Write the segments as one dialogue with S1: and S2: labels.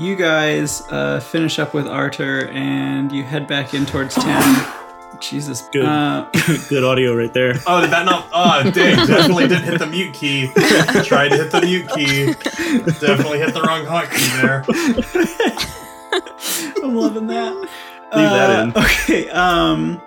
S1: You guys uh, finish up with Arter and you head back in towards town. Jesus.
S2: Good.
S1: Uh,
S2: Good audio right there.
S3: Oh, did that not? Oh, dang! Definitely didn't hit the mute key. Tried to hit the mute key. Definitely hit the wrong hotkey there.
S1: I'm loving that. Leave
S2: that in.
S1: Uh, Okay. Um,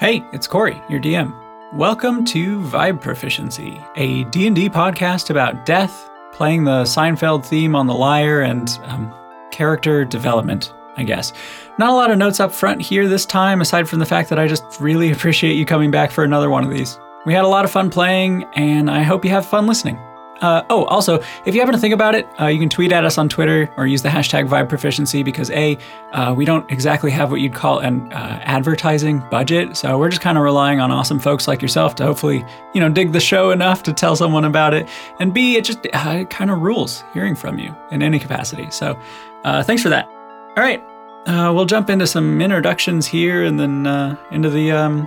S1: hey, it's Corey, your DM. Welcome to Vibe Proficiency, a D&D podcast about death, playing the Seinfeld theme on the lyre, and um, character development, I guess. Not a lot of notes up front here this time, aside from the fact that I just really appreciate you coming back for another one of these. We had a lot of fun playing, and I hope you have fun listening. Uh, oh, also, if you happen to think about it, uh, you can tweet at us on Twitter or use the hashtag VibeProficiency because A, uh, we don't exactly have what you'd call an uh, advertising budget, so we're just kind of relying on awesome folks like yourself to hopefully, you know, dig the show enough to tell someone about it, and B, it just uh, it kind of rules hearing from you in any capacity. So, uh, thanks for that. All right, uh, we'll jump into some introductions here and then uh, into the um,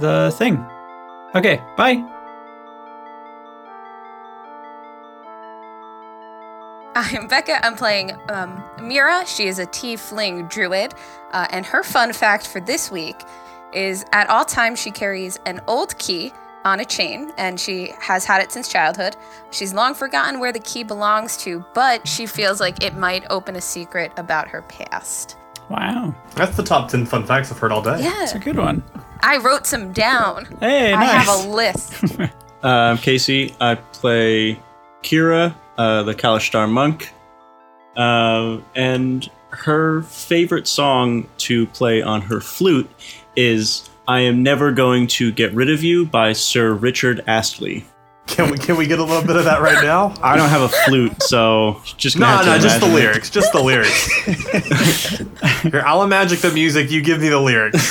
S1: the thing. Okay, bye.
S4: I'm Becca. I'm playing um, Mira. She is a tiefling druid. Uh, and her fun fact for this week is at all times she carries an old key on a chain, and she has had it since childhood. She's long forgotten where the key belongs to, but she feels like it might open a secret about her past.
S1: Wow,
S3: That's the top ten fun facts I've heard all day.
S1: that's a
S4: Yeah.
S1: good one.
S4: I wrote some down.
S1: Hey,
S4: I
S1: nice.
S4: have a list.
S2: Um, Casey, I play Kira, uh, the Kalashtar monk, Um and her favorite song to play on her flute is "I Am Never Going to Get Rid of You" by Sir Richard Astley.
S3: Can we can we get a little bit of that right now?
S2: I don't have a flute, so just gonna
S3: No,
S2: have to
S3: no, just the
S2: imagine it.
S3: lyrics. Just the lyrics. Here, I'll magic the music. You give me the lyrics.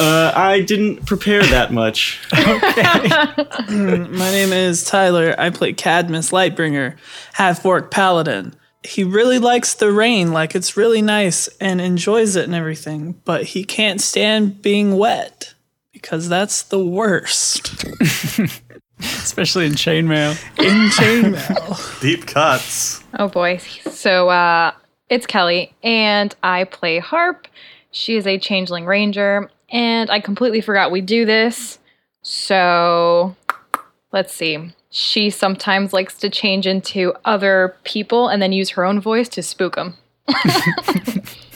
S2: Uh, I didn't prepare that much.
S5: My name is Tyler. I play Cadmus Lightbringer, half orc paladin. He really likes the rain, like it's really nice and enjoys it and everything, but he can't stand being wet because that's the worst.
S1: especially in chainmail.
S5: In chainmail.
S3: Deep cuts.
S6: Oh boy. So uh, it's Kelly, and I play Harp. She is a changeling ranger, and I completely forgot we do this. So let's see. She sometimes likes to change into other people and then use her own voice to spook them.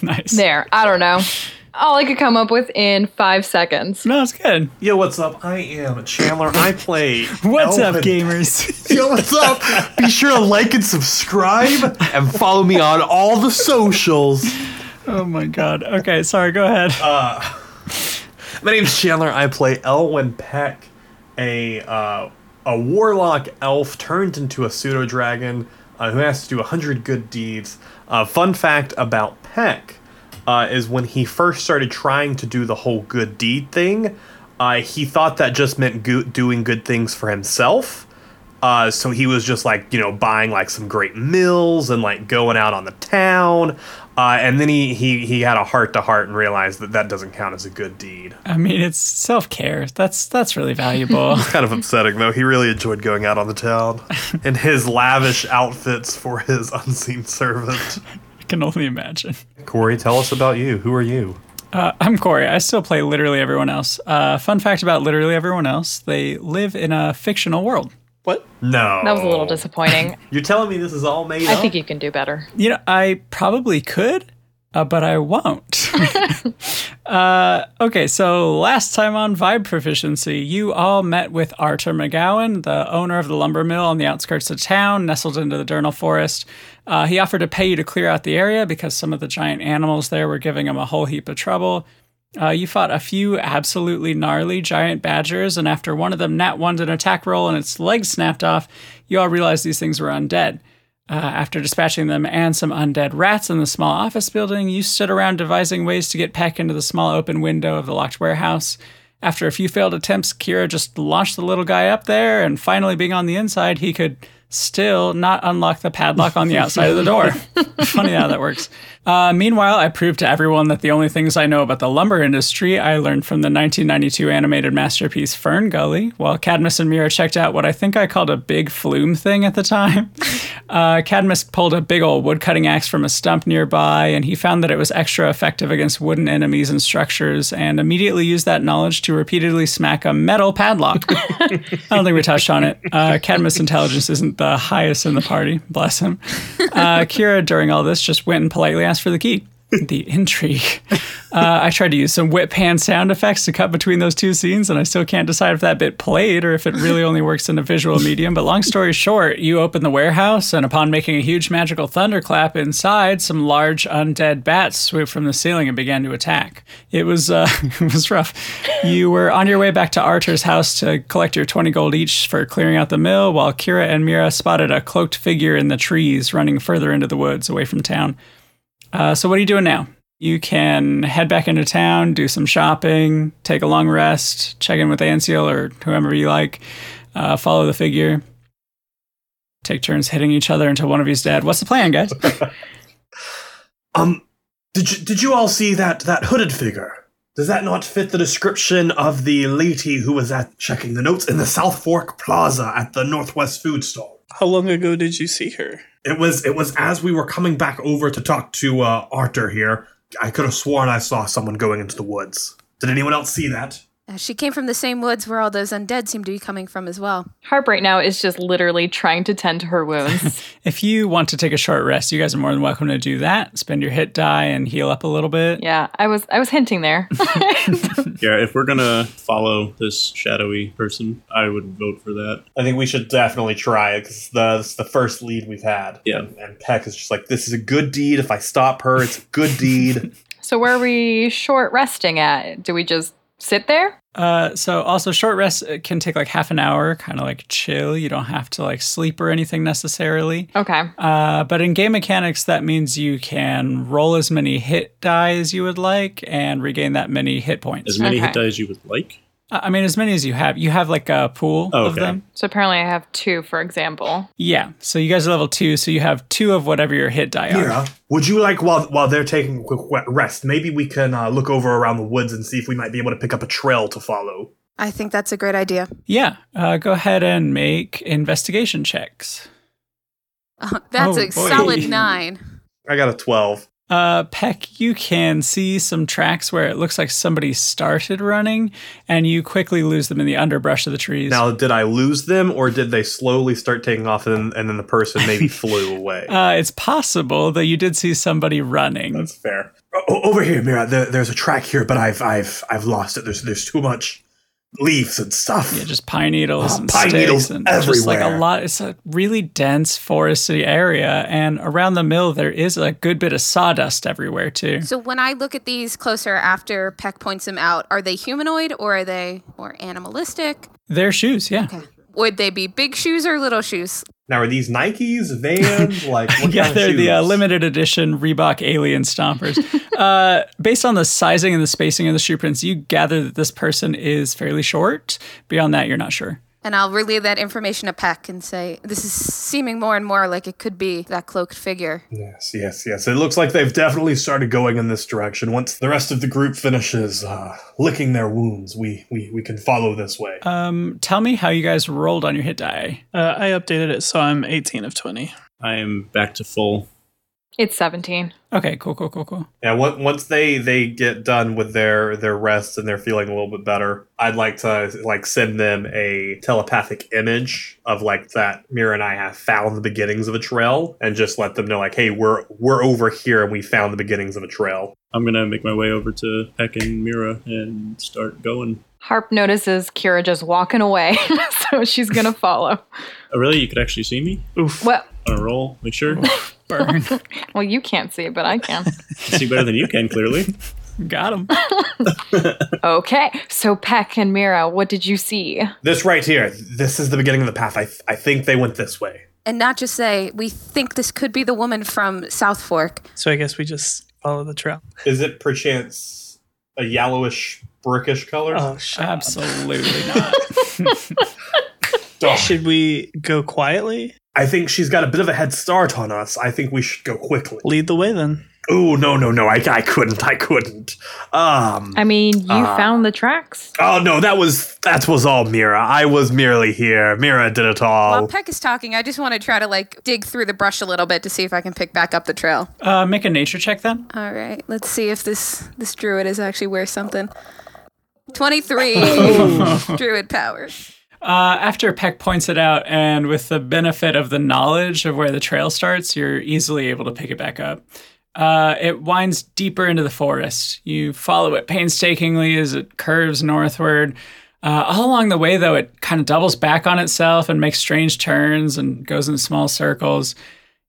S1: Nice.
S6: There. I don't know. All I could come up with in five seconds.
S1: No, it's good.
S3: Yo, what's up? I am Chandler. I play.
S1: What's up,
S3: Elvin.
S1: gamers?
S3: Yo, what's up? Be sure to like and subscribe, and follow me on all the socials.
S1: oh my god. Okay, sorry. Go ahead.
S3: My name's Chandler. I play Elwyn Peck, a uh, a warlock elf turned into a pseudo dragon uh, who has to do hundred good deeds. Uh, fun fact about Peck uh, is when he first started trying to do the whole good deed thing, uh, he thought that just meant go- doing good things for himself. Uh, so he was just like, you know, buying like some great mills and like going out on the town. Uh, and then he, he, he had a heart to heart and realized that that doesn't count as a good deed.
S1: I mean, it's self care. That's that's really valuable.
S3: Kind of upsetting though. He really enjoyed going out on the town in his lavish outfits for his unseen servant.
S1: I can only imagine.
S3: Corey, tell us about you. Who are you?
S1: Uh, I'm Corey. I still play literally everyone else. Uh, fun fact about literally everyone else: they live in a fictional world.
S5: What?
S3: No.
S6: That was a little disappointing.
S3: You're telling me this is all made
S6: I
S3: up?
S6: think you can do better.
S1: You know, I probably could, uh, but I won't. uh, okay, so last time on Vibe Proficiency, you all met with Arthur McGowan, the owner of the lumber mill on the outskirts of town, nestled into the Durnal Forest. Uh, he offered to pay you to clear out the area because some of the giant animals there were giving him a whole heap of trouble. Uh, you fought a few absolutely gnarly giant badgers, and after one of them nat one's an attack roll and its leg snapped off, you all realized these things were undead. Uh, after dispatching them and some undead rats in the small office building, you stood around devising ways to get Peck into the small open window of the locked warehouse. After a few failed attempts, Kira just launched the little guy up there, and finally, being on the inside, he could still not unlock the padlock on the outside of the door. Funny how that works. Uh, meanwhile, I proved to everyone that the only things I know about the lumber industry I learned from the 1992 animated masterpiece Fern Gully, while Cadmus and Mira checked out what I think I called a big flume thing at the time. Uh, Cadmus pulled a big old wood cutting axe from a stump nearby, and he found that it was extra effective against wooden enemies and structures, and immediately used that knowledge to repeatedly smack a metal padlock. I don't think we touched on it. Uh, Cadmus' intelligence isn't the highest in the party, bless him. Uh, Kira, during all this, just went and politely asked for the key. The intrigue. Uh, I tried to use some whip hand sound effects to cut between those two scenes, and I still can't decide if that bit played or if it really only works in a visual medium. But long story short, you open the warehouse, and upon making a huge magical thunderclap inside, some large undead bats swooped from the ceiling and began to attack. It was uh, it was rough. You were on your way back to Archer's house to collect your twenty gold each for clearing out the mill, while Kira and Mira spotted a cloaked figure in the trees running further into the woods away from town. Uh, so what are you doing now? You can head back into town, do some shopping, take a long rest, check in with Ansel or whoever you like, uh, follow the figure, take turns hitting each other until one of you's dead. What's the plan, guys?
S7: Um, did you, did you all see that that hooded figure? Does that not fit the description of the lady who was at checking the notes in the South Fork Plaza at the Northwest Food Store?
S5: How long ago did you see her?
S7: It was it was as we were coming back over to talk to uh, Arthur here. I could have sworn I saw someone going into the woods. Did anyone else see that?
S4: Uh, she came from the same woods where all those undead seem to be coming from as well.
S6: Harp right now is just literally trying to tend to her wounds.
S1: if you want to take a short rest, you guys are more than welcome to do that. Spend your hit die and heal up a little bit.
S6: yeah, I was I was hinting there.
S2: Yeah, if we're gonna follow this shadowy person, I would vote for that.
S7: I think we should definitely try it because the this is the first lead we've had.
S2: Yeah.
S7: And, and Peck is just like, this is a good deed. If I stop her, it's a good deed.
S6: so where are we short resting at? Do we just sit there?
S1: Uh, so also short rest uh, can take like half an hour, kind of like chill. You don't have to like sleep or anything necessarily.
S6: Okay.
S1: Uh, but in game mechanics, that means you can roll as many hit die as you would like and regain that many hit points.
S2: As many
S6: Okay.
S2: hit die as you would like.
S1: I I mean, as many as you have. You have like a pool
S2: Oh,
S1: of
S2: okay.
S1: them.
S6: So apparently I have two, for example.
S1: Yeah. So you guys are level two, so you have two of whatever your hit die are.
S7: Mira, would you like while while they're taking a quick we- rest, maybe we can uh, look over around the woods and see if we might be able to pick up a trail to follow.
S4: I think that's a great idea.
S1: Yeah. Uh, go ahead and make investigation checks.
S4: that's
S1: Oh,
S4: a
S1: boy.
S4: solid nine.
S7: I got a twelve.
S1: Uh, Peck, you can see some tracks where it looks like somebody started running, and you quickly lose them in the underbrush of the trees.
S7: Now, did I lose them, or did they slowly start taking off, and, and then the person maybe flew away?
S1: uh, it's possible that you did see somebody running.
S7: That's fair. O- over here, Mira. There, there's a track here, but I've I've I've lost it. There's there's too much leaves and stuff.
S1: Yeah, just pine needles
S7: Oh,
S1: and
S7: pine
S1: sticks
S7: needles
S1: and just like a
S7: everywhere.
S1: lot. It's a really dense foresty area, and around the mill there is a good bit of sawdust everywhere too.
S4: So when I look at these closer after Peck points them out, are they humanoid or are they or animalistic?
S1: Their shoes, yeah,
S4: Okay. Would they be big shoes or little shoes?
S7: now, are these Nikes, Vans, like what
S1: yeah,
S7: kind
S1: they're
S7: of
S1: the uh,
S7: shoes?
S1: limited edition Reebok Alien Stompers. uh, based on the sizing and the spacing of the shoe prints, you gather that this person is fairly short. Beyond that, you're not sure.
S4: And I'll relay that information to Peck and say, this is seeming more and more like it could be that cloaked figure.
S7: Yes, yes, yes. It looks like they've definitely started going in this direction. Once the rest of the group finishes uh, licking their wounds, we, we we can follow this way.
S1: Um, tell me how you guys rolled on your hit die.
S5: Uh, I updated it, so I'm 18 of 20.
S2: I am back to full.
S6: It's 17.
S1: Okay, cool, cool, cool, cool.
S7: Yeah, on- once they they get done with their their rest and they're feeling a little bit better, I'd like to like send them a telepathic image of like that Mira and I have found the beginnings of a trail and just let them know like, hey, we're we're over here and we found the beginnings of a trail.
S2: I'm gonna make my way over to Peck and Mira and start going.
S6: Harp notices Kira just walking away, so she's gonna follow.
S2: Oh, really? You could actually see me
S5: Oof.
S6: Well,
S2: on a roll? Make sure.
S1: Burn,
S6: well, you can't see it, but I can.
S2: I see better than you can, clearly.
S1: got him.
S6: Okay, so Peck and Mira, what did you see?
S7: This right here, this is the beginning of the path. I th- I think they went this way.
S4: And not just say, we think this could be the woman from South Fork.
S5: So I guess we just follow the trail.
S7: Is it perchance a yellowish brickish color?
S5: Oh, shit.
S1: Absolutely not.
S7: Dog.
S5: Oh. Should we go quietly?
S7: I think she's got a bit of a head start on us. I think we should go quickly.
S5: Lead the way then.
S7: Oh no no no! I, I couldn't I couldn't. Um.
S6: I mean, you found the tracks.
S7: Oh no! That was that was all Mira. I was merely here. Mira did it
S4: While
S7: all.
S4: Peck is talking, I just want to try to like dig through the brush a little bit to see if I can pick back up the trail.
S1: Uh, make a nature check then.
S4: All right, let's see if this this druid is actually worth something. Twenty three druid power.
S1: Uh, after Peck points it out, and with the benefit of the knowledge of where the trail starts, you're easily able to pick it back up. Uh, it winds deeper into the forest. You follow it painstakingly as it curves northward. Uh, all along the way, though, it kind of doubles back on itself and makes strange turns and goes in small circles.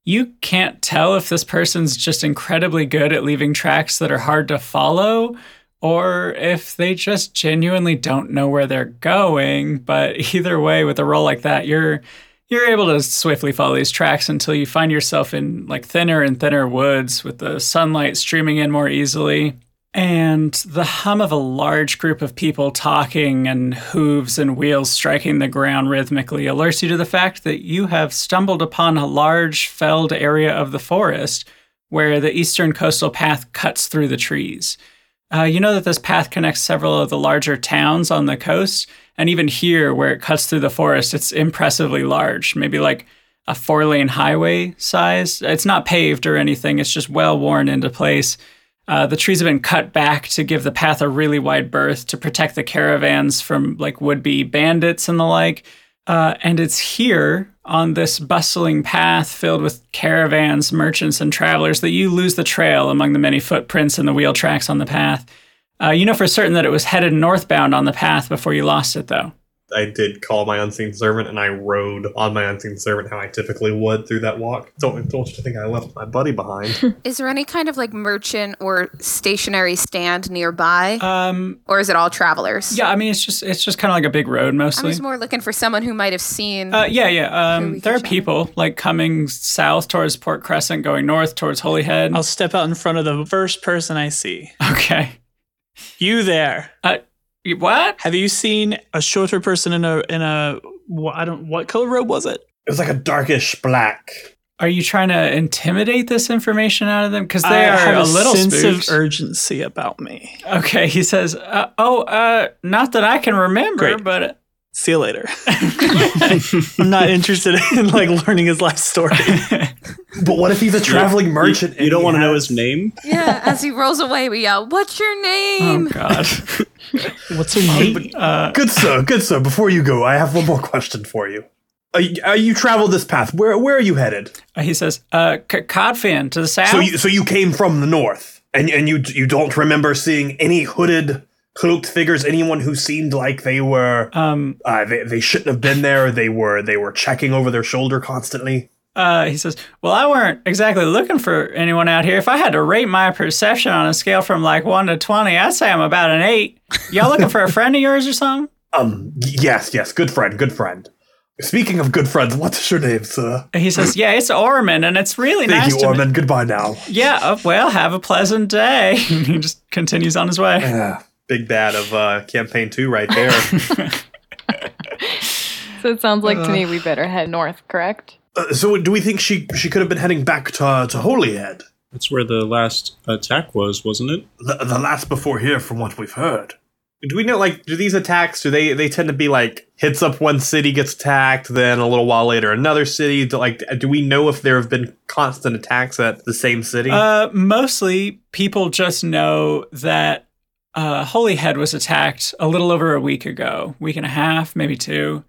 S1: You can't tell if this person's just incredibly good at leaving tracks that are hard to follow or if they just genuinely don't know where they're going. But either way, with a roll like that, you're you're able to swiftly follow these tracks until you find yourself in like thinner and thinner woods with the sunlight streaming in more easily. And the hum of a large group of people talking and hooves and wheels striking the ground rhythmically alerts you to the fact that you have stumbled upon a large felled area of the forest where the eastern coastal path cuts through the trees. Uh, you know that this path connects several of the larger towns on the coast, and even here, where it cuts through the forest, it's impressively large, maybe like a four lane highway size. It's not paved or anything, it's just well worn into place. Uh, the trees have been cut back to give the path a really wide berth to protect the caravans from like would be bandits and the like. Uh, and it's here on this bustling path filled with caravans, merchants, and travelers that you lose the trail among the many footprints and the wheel tracks on the path. Uh, you know for certain that it was headed northbound on the path before you lost it, though.
S7: I did call my unseen servant, and I rode on my unseen servant how I typically would through that walk. Don't don't you think I left my buddy behind?
S4: Is there any kind of like merchant or stationary stand nearby,
S1: Um,
S4: or is it all travelers?
S1: yeah, I mean it's just it's just kind of like a big road
S4: I
S1: mostly.
S4: was more looking for someone who might have seen.
S1: Uh, yeah, yeah.
S4: Who
S1: Um,
S4: we
S1: there are
S4: could
S1: people like coming south towards Port Crescent, going north towards Holyhead.
S5: I'll step out in front of the first person I see.
S1: Okay.
S5: You there?
S1: Uh, y- what?
S5: Have you seen a shorter person in a in a wh- I don't what color robe was it?
S7: it was like a darkish black.
S1: Are you trying to intimidate this information out of them? Because they
S5: I
S1: are
S5: have
S1: a little
S5: sense
S1: spooked.
S5: of urgency about me.
S1: okay, he says, uh, "Oh, uh, not that I can remember,
S5: Great.
S1: but uh,
S5: See you later. I'm not interested in like learning his life story.
S7: But what if he's a traveling merchant?
S2: You, you don't want to know his
S7: name.
S2: name?
S4: yeah, as he rolls away, we yell, "What's your
S1: oh
S4: name?"
S1: god,
S5: What's her name?
S7: Good sir, good sir. Before you go, I have one more question for you. Uh, you, uh, you traveled this path. Where where are you headed?
S1: Uh, he says, uh, C- "Codfin to the south."
S7: So you so you came from the north, and and you you don't remember seeing any hooded, cloaked figures, anyone who seemed like they were
S1: um,
S7: uh, they they shouldn't have been there. They were they were checking over their shoulder constantly.
S1: uh, he says, "Well, I weren't exactly looking for anyone out here. If I had to rate my perception on a scale from like one to twenty, I'd say I'm about an eight. Y'all looking for a friend of yours or something?"
S7: Um, y- yes, yes, good friend, good friend. Speaking of good friends, what's your name, sir?
S1: And he says, "Yeah, it's Orman, and it's really
S7: Thank
S1: nice
S7: you,
S1: to meet-
S7: Ormond. Goodbye now.
S1: Yeah, uh, well, have a pleasant day. he just continues on his way.
S7: Yeah, big bad of uh, campaign two right there.
S6: So it sounds like to me we better head north, correct?
S7: Uh, so do we think she she could have been heading back to to Holyhead,
S2: That's where the last attack was, wasn't it?
S7: the, the last before here, from what we've heard? Do we know like do these attacks? Do they they tend to be like hits up one city, gets attacked, then a little while later another city? Do, like do we know if there have been constant attacks at the same city?
S1: Uh, mostly, people just know that uh, Holyhead was attacked a little over a week ago, week and a half, maybe two.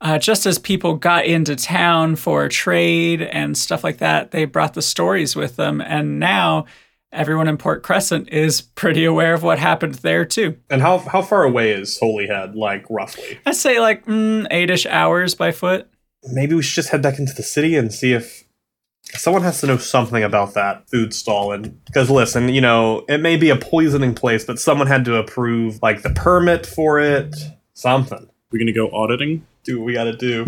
S1: Uh, just as people got into town for trade and stuff like that, they brought the stories with them, and now everyone in Port Crescent is pretty aware of what happened there too.
S7: and how how far away is Holyhead, like roughly?
S1: I'd say like mm, eight-ish hours by foot.
S7: Maybe we should just head back into the city and see if someone has to know something about that food stall. And because listen, you know, it may be a poisoning place, but someone had to approve like the permit for it. Something.
S2: We're going to go auditing.
S7: Do what we gotta do.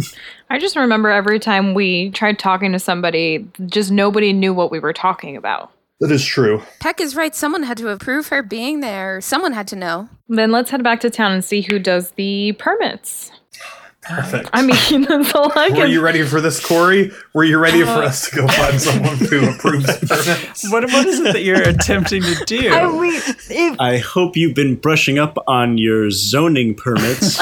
S6: I just remember every time we tried talking to somebody, just nobody knew what we were talking about.
S7: that is true.
S4: Peck is right. Someone had to approve her being there. Someone had to know.
S6: Then let's head back to town and see who does the permits.
S7: Perfect.
S6: I mean, that's all I
S7: Were
S6: can.
S7: you ready for this, Corey? Were you ready for us to go find someone who approves permits?
S1: What, what is it that you're attempting to do?
S6: I, wait, if,
S2: I hope you've been brushing up on your zoning permits.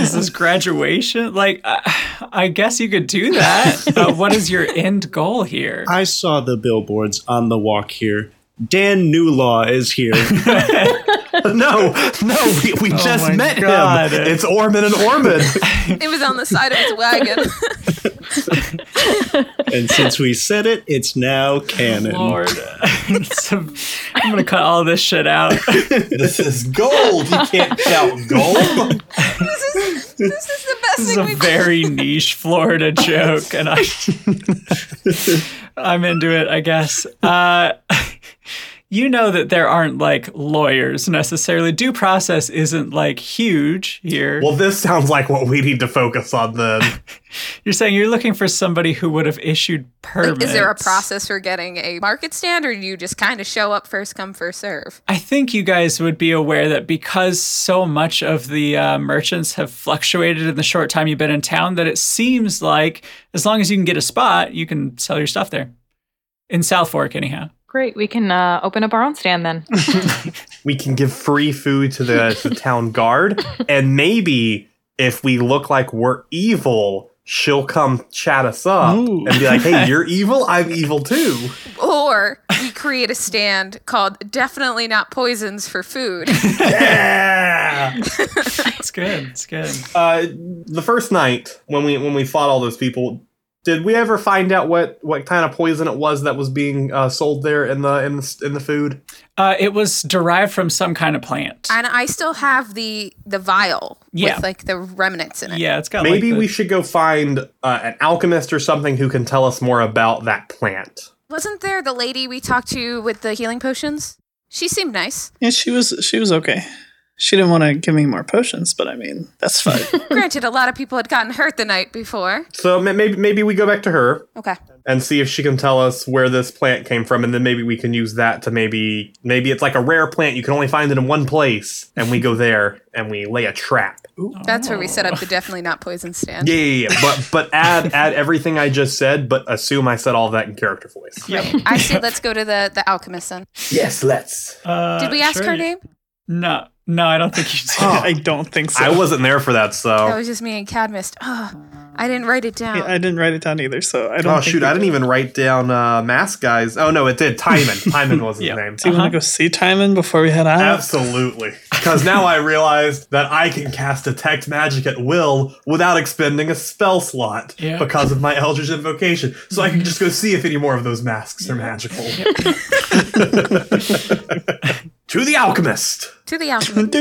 S1: is this graduation? Like, I, I guess you could do that. But what is your end goal here?
S2: I saw the billboards on the walk here. Dan Newlaw is here.
S7: No, no, we, we just
S1: Oh my
S7: met
S1: God.
S7: him. It's Ormond and Ormond.
S4: It was on the side of his wagon.
S2: and since we said it, it's now canon.
S1: Lord. It's a- I'm going to cut all this shit out.
S7: this is gold. You can't shout gold.
S4: this is the
S1: This
S4: best
S1: is
S4: thing
S1: a
S4: we've
S1: very niche Florida joke, and I, I'm into it, I guess. Uh, you know that there aren't like lawyers necessarily. Due process isn't like huge here.
S7: Well, this sounds like what we need to focus on then.
S1: you're saying you're looking for somebody who would have issued permits.
S4: Is there a process for getting a market standard? you just kind of show up first come, first serve?
S1: I think you guys would be aware that because so much of the uh, merchants have fluctuated in the short time you've been in town, that it seems like as long as you can get a spot, you can sell your stuff there. In South Fork, anyhow.
S6: great, we can uh, open up our own stand then.
S7: we can give free food to the, to the town guard, and maybe if we look like we're evil, she'll come chat us up
S1: Ooh.
S7: and be like, "Hey, you're evil. I'm evil too."
S4: Or we create a stand called Definitely Not Poisons for Food.
S7: Yeah.
S1: It's good. It's good.
S7: Uh, the first night when we when we fought all those people, did we ever find out what what kind of poison it was that was being uh, sold there in the in the, in the food?
S1: Uh, it was derived from some kind of plant.
S4: and I still have the the vial
S1: Yeah.
S4: with like the remnants in it.
S1: yeah, it's got
S7: Maybe
S1: like the-
S7: we should go find uh, an alchemist or something who can tell us more about that plant.
S4: Wasn't there the lady we talked to with the healing potions? She seemed nice.
S5: Yeah, she was she was okay. She didn't want to give me more potions, but I mean that's fine.
S4: Granted, a lot of people had gotten hurt the night before.
S7: So ma- maybe maybe we go back to her
S4: Okay.
S7: and see if she can tell us where this plant came from, and then maybe we can use that to maybe maybe it's like a rare plant you can only find it in one place, and we go there and we lay a trap.
S4: That's where we set up the
S1: Oh.
S4: Definitely Not Poison stand.
S7: Yeah, yeah, yeah. But but add add everything I just said, but assume I said all that in character voice.
S4: Right. I see. Let's go to the the alchemist then.
S7: Yes, let's.
S1: Uh,
S4: Did we ask
S1: sure
S4: her
S1: you-
S4: name?
S1: No, no, I don't think you did.
S7: Oh.
S5: I don't think so.
S7: I wasn't there for that,
S4: That
S7: so.
S4: was just me and Cadmus. Oh, I didn't write it down.
S5: Yeah, I didn't write it down either, so I don't.
S7: Oh shoot! I didn't even write down uh, mask guys. Oh no, it did. Timon. Timon was his
S1: Yeah.
S7: name.
S5: Do you want to go see Timon before we head out?
S7: Absolutely. Because now I realized that I can cast Detect Magic at will without expending a spell slot
S1: Yeah.
S7: because of my Eldritch Invocation. So I can just go see if any more of those masks are magical. to the alchemist.
S4: to the alchemist.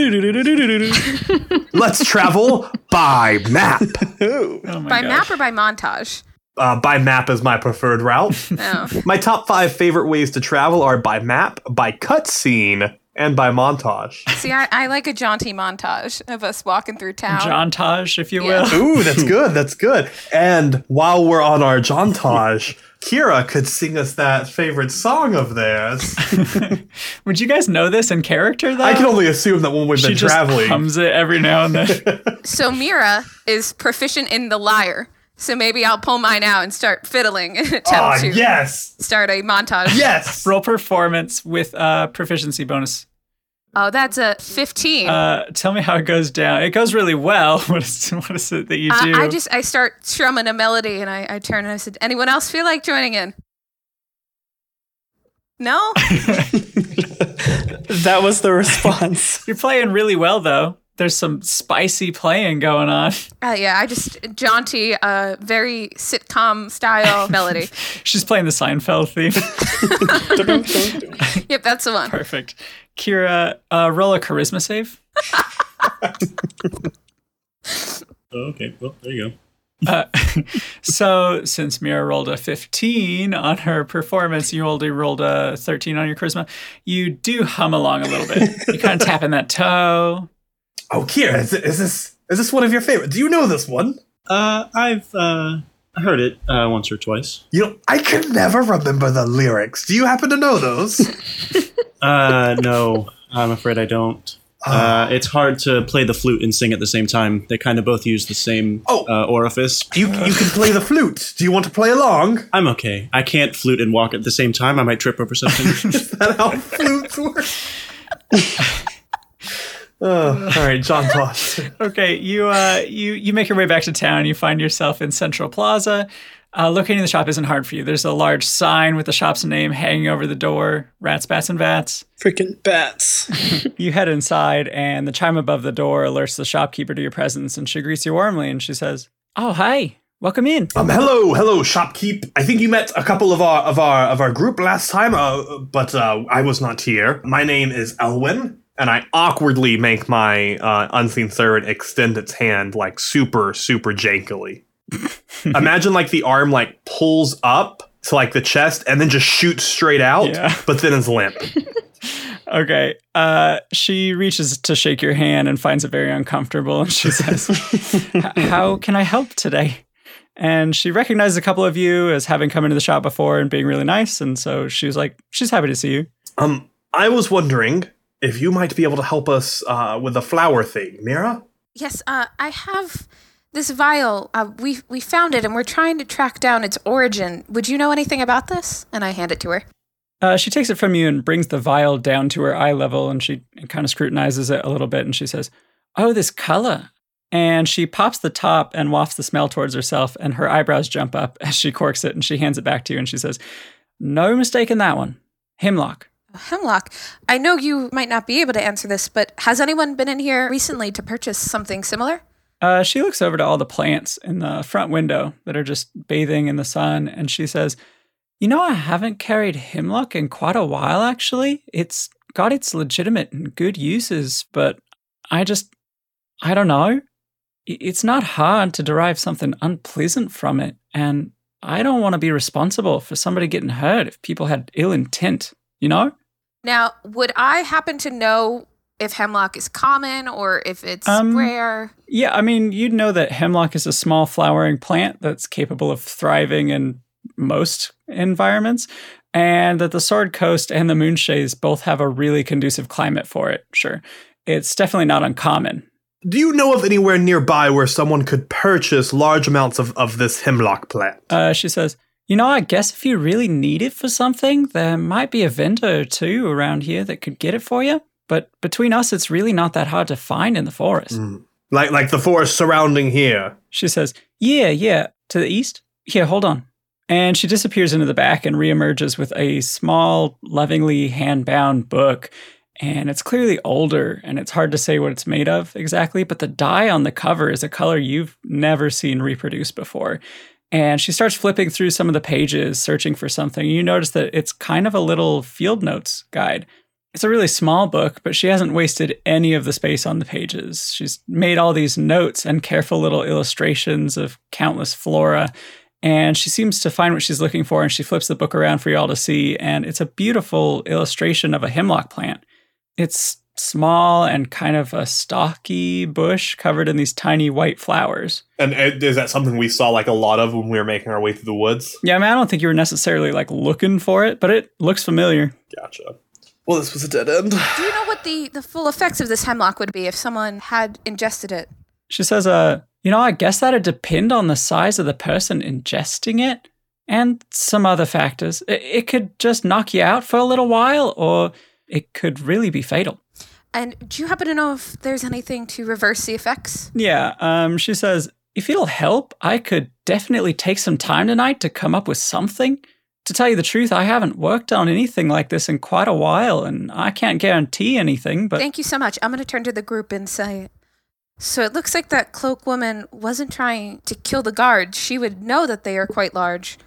S7: Let's travel by map.
S1: Oh my
S4: by
S1: gosh.
S4: map or by montage?
S7: Uh, by map is my preferred route.
S4: No.
S7: My top five favorite ways to travel are by map, by cutscene, and by montage.
S4: see, I, I like a jaunty montage of us walking through town.
S1: Jontage, if you
S4: Yeah.
S1: will.
S7: Ooh, that's good. That's good. And while we're on our jauntage, Kira could sing us that favorite song of theirs.
S1: Would you guys know this in character though?
S7: I can only assume that when we've
S1: she
S7: been
S1: just
S7: traveling,
S1: hums it every now and then.
S4: So Mira is proficient in the lyre. So maybe I'll pull mine out and start fiddling and attempt
S7: ah,
S4: to
S7: yes,
S4: start a montage.
S7: yes.
S1: Roll performance with uh, proficiency bonus.
S4: Oh, that's a 15.
S1: Uh, tell me how it goes down. It goes really well. What is what is it that you do?
S4: I, I just I start strumming a melody and I, I turn and I said, anyone else feel like joining in? No,
S5: That was the response.
S1: You're playing really well though. There's some spicy playing going on.
S4: uh, yeah, I just jaunty, uh, very sitcom style melody.
S1: She's playing the Seinfeld theme.
S4: Yep, that's the one.
S1: Perfect. Kira, uh, roll a charisma save.
S2: okay, well, there you go.
S1: Uh, so, since Mira rolled a 15 on her performance, you only rolled a 13 on your charisma. You do hum along a little bit. You're kind of tapping that toe.
S7: Oh, Kira, is, is this is this one of your favorite? Do you know this one?
S2: Uh, I've uh, heard it uh, once or twice.
S7: You know, I can never remember the lyrics. Do you happen to know those?
S2: Uh, no, I'm afraid I don't. Uh, it's hard to play the flute and sing at the same time. They kind of both use the same
S7: Oh.
S2: uh, orifice.
S7: You you can play the flute. Do you want to play along?
S2: I'm okay. I can't flute and walk at the same time. I might trip over something.
S7: Is that how flutes work? Oh, all right, John Tosh.
S1: Okay, you uh, you you make your way back to town. You find yourself in Central Plaza. Uh, locating the shop isn't hard for you. There's a large sign with the shop's name hanging over the door. Rats, bats, and vats.
S5: Freaking bats.
S1: You head inside, and the chime above the door alerts the shopkeeper to your presence, and she greets you warmly, and she says, "Oh, hi, welcome in."
S7: Um, hello, hello, shopkeep. I think you met a couple of our of our of our group last time, uh, but uh, I was not here. My name is Elwin, and I awkwardly make my uh, unseen third extend its hand like super super jankily. Imagine like the arm like pulls up to like the chest and then just shoots straight out,
S1: Yeah.
S7: but then is limp.
S1: Okay. Uh, she reaches to shake your hand and finds it very uncomfortable. And she says, "H- How can I help today? And she recognizes a couple of you as having come into the shop before and being really nice. And so she was like, She's happy to see you.
S7: Um, I was wondering if you might be able to help us uh, with the flower thing, Mira.
S4: Yes, uh, I have this vial. Uh, we we found it, and we're trying to track down its origin. Would you know anything about this? And I hand it to her.
S1: Uh, she takes it from you and brings the vial down to her eye level. And she kind of scrutinizes it a little bit. And she says, Oh, this color. And she pops the top and wafts the smell towards herself. And her eyebrows jump up as she corks it. And she hands it back to you. And she says, No mistake in that one. Hemlock.
S4: Hemlock, I know you might not be able to answer this, but has anyone been in here recently to purchase something similar?
S1: Uh, she looks over to all the plants in the front window that are just bathing in the sun, and she says, You know, I haven't carried hemlock in quite a while, actually. It's got its legitimate and good uses, but I just, I don't know. I- It's not hard to derive something unpleasant from it, and I don't want to be responsible for somebody getting hurt if people had ill intent, you know?
S4: Now, would I happen to know if hemlock is common or if it's
S1: Um,
S4: rare?
S1: Yeah, I mean, you'd know that hemlock is a small flowering plant that's capable of thriving in most environments, and that the Sword Coast and the Moonshades both have a really conducive climate for it. Sure. It's definitely not uncommon.
S7: Do you know of anywhere nearby where someone could purchase large amounts of, of this hemlock plant?
S1: Uh, she says, You know, I guess if you really need it for something, there might be a vendor or two around here that could get it for you. But between us, it's really not that hard to find in the forest.
S7: Mm. Like like the forest surrounding here.
S1: She says, Yeah, yeah, to the east? Here, hold on. And she disappears into the back and reemerges with a small, lovingly hand-bound book. And it's clearly older, and it's hard to say what it's made of exactly, but the dye on the cover is a color you've never seen reproduced before. And she starts flipping through some of the pages, searching for something. You notice that it's kind of a little field notes guide. It's a really small book, but she hasn't wasted any of the space on the pages. She's made all these notes and careful little illustrations of countless flora, and she seems to find what she's looking for and she flips the book around for y'all to see, and it's a beautiful illustration of a hemlock plant. It's small and kind of a stalky bush covered in these tiny white flowers.
S7: And uh, is that something we saw like a lot of when we were making our way through the woods?
S1: Yeah, I mean, I don't think you were necessarily like looking for it, but it looks familiar.
S7: Gotcha. Well, this was a dead end.
S4: Do you know what the, the full effects of this hemlock would be if someone had ingested it?
S1: She says, uh, you know, I guess that'd depend on the size of the person ingesting it and some other factors. It, it could just knock you out for a little while, or it could really be fatal.
S4: And do you happen to know if there's anything to reverse the effects?
S1: Yeah, um, she says, if it'll help, I could definitely take some time tonight to come up with something. To tell you the truth, I haven't worked on anything like this in quite a while, and I can't guarantee anything, but
S4: Thank you so much. I'm going to turn to the group and say, so it looks like that cloak woman wasn't trying to kill the guards. She would know that they are quite large.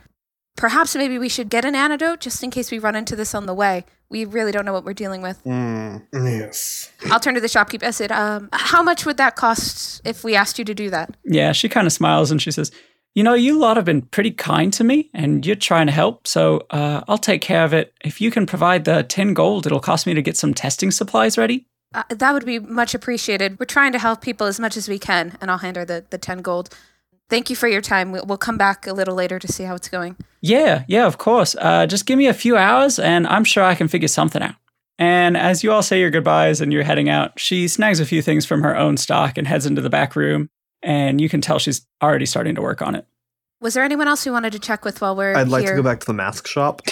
S4: Perhaps maybe we should get an antidote just in case we run into this on the way. We really don't know what we're dealing with.
S7: Mm. yes.
S4: I'll turn to the shopkeep. I said, um, how much would that cost if we asked you to do that?
S1: Yeah, she kind of smiles and she says, You know, you lot have been pretty kind to me and you're trying to help, so uh, I'll take care of it. If you can provide the 10 gold, it'll cost me to get some testing supplies ready.
S4: Uh, that would be much appreciated. We're trying to help people as much as we can, and I'll hand her the, the 10 gold. Thank you for your time. We- We'll come back a little later to see how it's going.
S1: Yeah, yeah, of course. Uh, just give me a few hours and I'm sure I can figure something out. And as you all say your goodbyes and you're heading out, she snags a few things from her own stock and heads into the back room. And you can tell she's already starting to work on it.
S4: Was there anyone else we wanted to check with while we're
S7: I'd like
S4: here?
S7: to go back to the mask shop.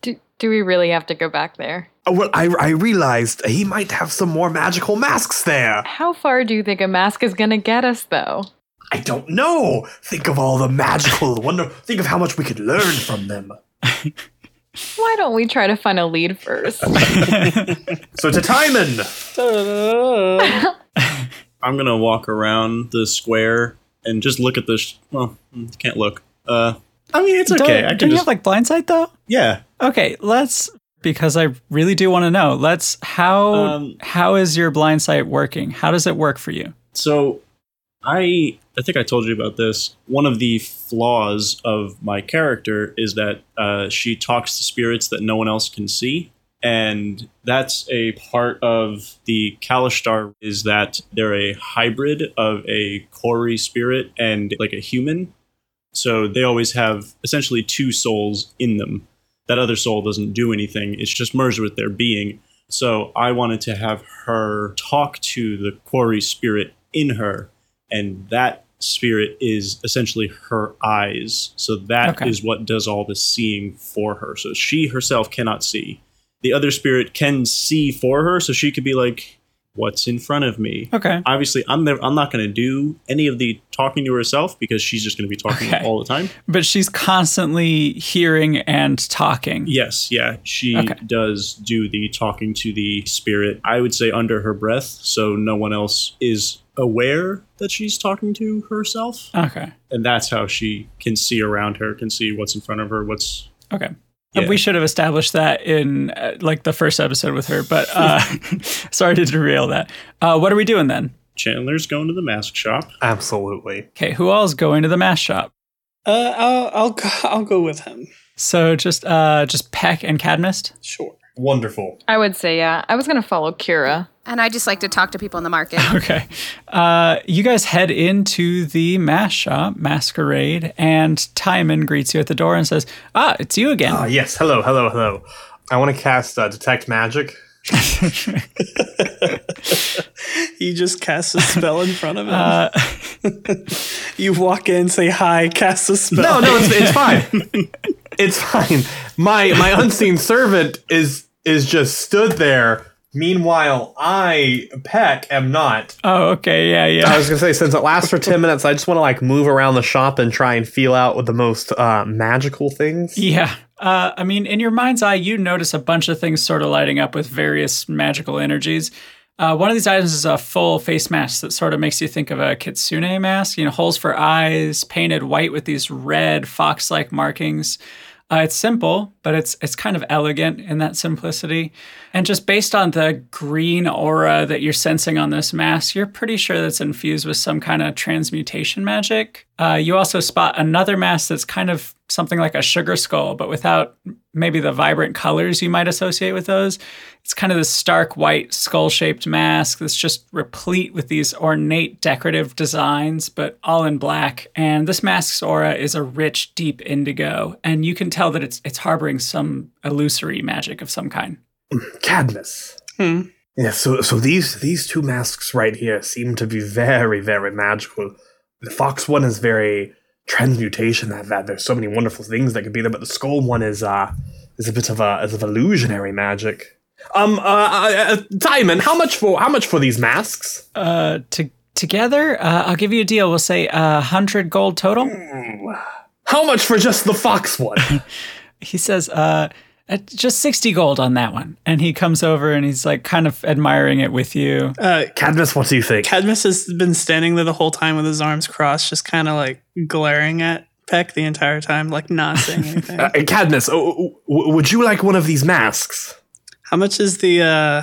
S6: Do, do we really have to go back there?
S7: Oh, well, I, I realized he might have some more magical masks there.
S6: How far do you think a mask is going to get us, though?
S7: I don't know. Think of all the magical wonder. Think of how much we could learn from them.
S6: Why don't we try to find a lead first?
S7: So to Timon,
S2: I'm gonna walk around the square and just look at this. Sh- well, mm, can't look. Uh, I mean, it's okay.
S1: Don't-
S2: I
S1: don't
S2: can
S1: you
S2: just
S1: have like blindsight though?
S2: yeah.
S1: Okay, let's because I really do want to know. Let's how
S2: Um,
S1: how is your blind sight working? How does it work for you?
S2: So, I I think I told you about this. One of the flaws of my character is that uh, she talks to spirits that no one else can see, and that's a part of the Kalishtar. Is that they're a hybrid of a Kori spirit and like a human, so they always have essentially two souls in them. That other soul doesn't do anything; it's just merged with their being, so I wanted to have her talk to the quarry spirit in her, and that spirit is essentially her eyes. So that is
S1: Okay.
S2: what does all the seeing for her. So she herself cannot see. The other spirit can see for her, so she could be like, "What's in front of me?"
S1: Okay.
S2: Obviously, I'm never, I'm not going to do any of the talking to herself because she's just going to be talking
S1: Okay.
S2: all the time.
S1: But she's constantly hearing and talking.
S2: Yes, yeah. She
S1: Okay.
S2: does do the talking to the spirit, I would say under her breath, so no one else is aware that she's talking to herself.
S1: Okay.
S2: And that's how she can see around her, can see what's in front of her, what's.
S1: Okay.
S2: Yeah.
S1: We should have established that in uh, like the first episode with her, but uh, sorry to derail that. Uh, what are we doing then?
S2: Chandler's going to the mask shop.
S7: absolutely.
S1: Okay, who all's going to the mass shop?
S5: Uh, I'll I'll go, I'll go with him.
S1: So just uh, just Peck and Cadmist.
S5: Sure.
S7: Wonderful.
S6: I would say, yeah. I was going to follow Kira.
S4: And I just like to talk to people in the market.
S1: Okay. Uh, you guys head into the mass shop, Masquerade, and Timon greets you at the door and says, Ah, it's you again.
S7: Ah, yes. Hello, hello, hello. I want to cast uh, detect magic.
S5: He just casts a spell in front of him.
S1: Uh,
S5: you walk in, say hi, cast a spell.
S7: No, no, it's, it's fine. it's fine. My my unseen servant is is just stood there. Meanwhile, I Peck am not.
S1: Oh, okay. Yeah,
S7: I
S1: yeah.
S7: was gonna say since it lasts for ten minutes, I just want to like move around the shop and try and feel out with the most uh, magical things.
S1: Yeah. Uh, I mean, in your mind's eye, you notice a bunch of things sort of lighting up with various magical energies. Uh, one of these items is a full face mask that sort of makes you think of a kitsune mask, you know, holes for eyes, painted white with these red fox like markings. Uh, it's simple, but it's it's kind of elegant in that simplicity. And just based on the green aura that you're sensing on this mask, you're pretty sure that's infused with some kind of transmutation magic. Uh, you also spot another mask that's kind of something like a sugar skull, but without maybe the vibrant colors you might associate with those. It's kind of this stark white skull shaped mask that's just replete with these ornate decorative designs, but all in black. And this mask's aura is a rich, deep indigo, and you can tell that it's it's harboring some illusory magic of some kind.
S7: Cadmus.
S5: Hmm.
S7: Yeah, so so these these two masks right here seem to be very very magical. The fox one is very transmutation. That, that there's so many wonderful things that could be there, but the skull one is uh is a bit of a is of illusionary magic. Um, uh, uh, uh Diamond, how much for how much for these masks?
S1: Uh, to, together, uh, I'll give you a deal. We'll say uh, hundred gold total.
S7: How much for just the fox one?
S1: he says, uh, uh, just 60 gold on that one. And he comes over and he's like kind of admiring it with you.
S5: Uh,
S7: Cadmus, what do you think?
S5: Cadmus has been standing there the whole time with his arms crossed, just kind of like glaring at Peck the entire time, like not saying anything.
S7: Uh, Cadmus, oh, oh, oh, would you like one of these masks?
S5: How much is the uh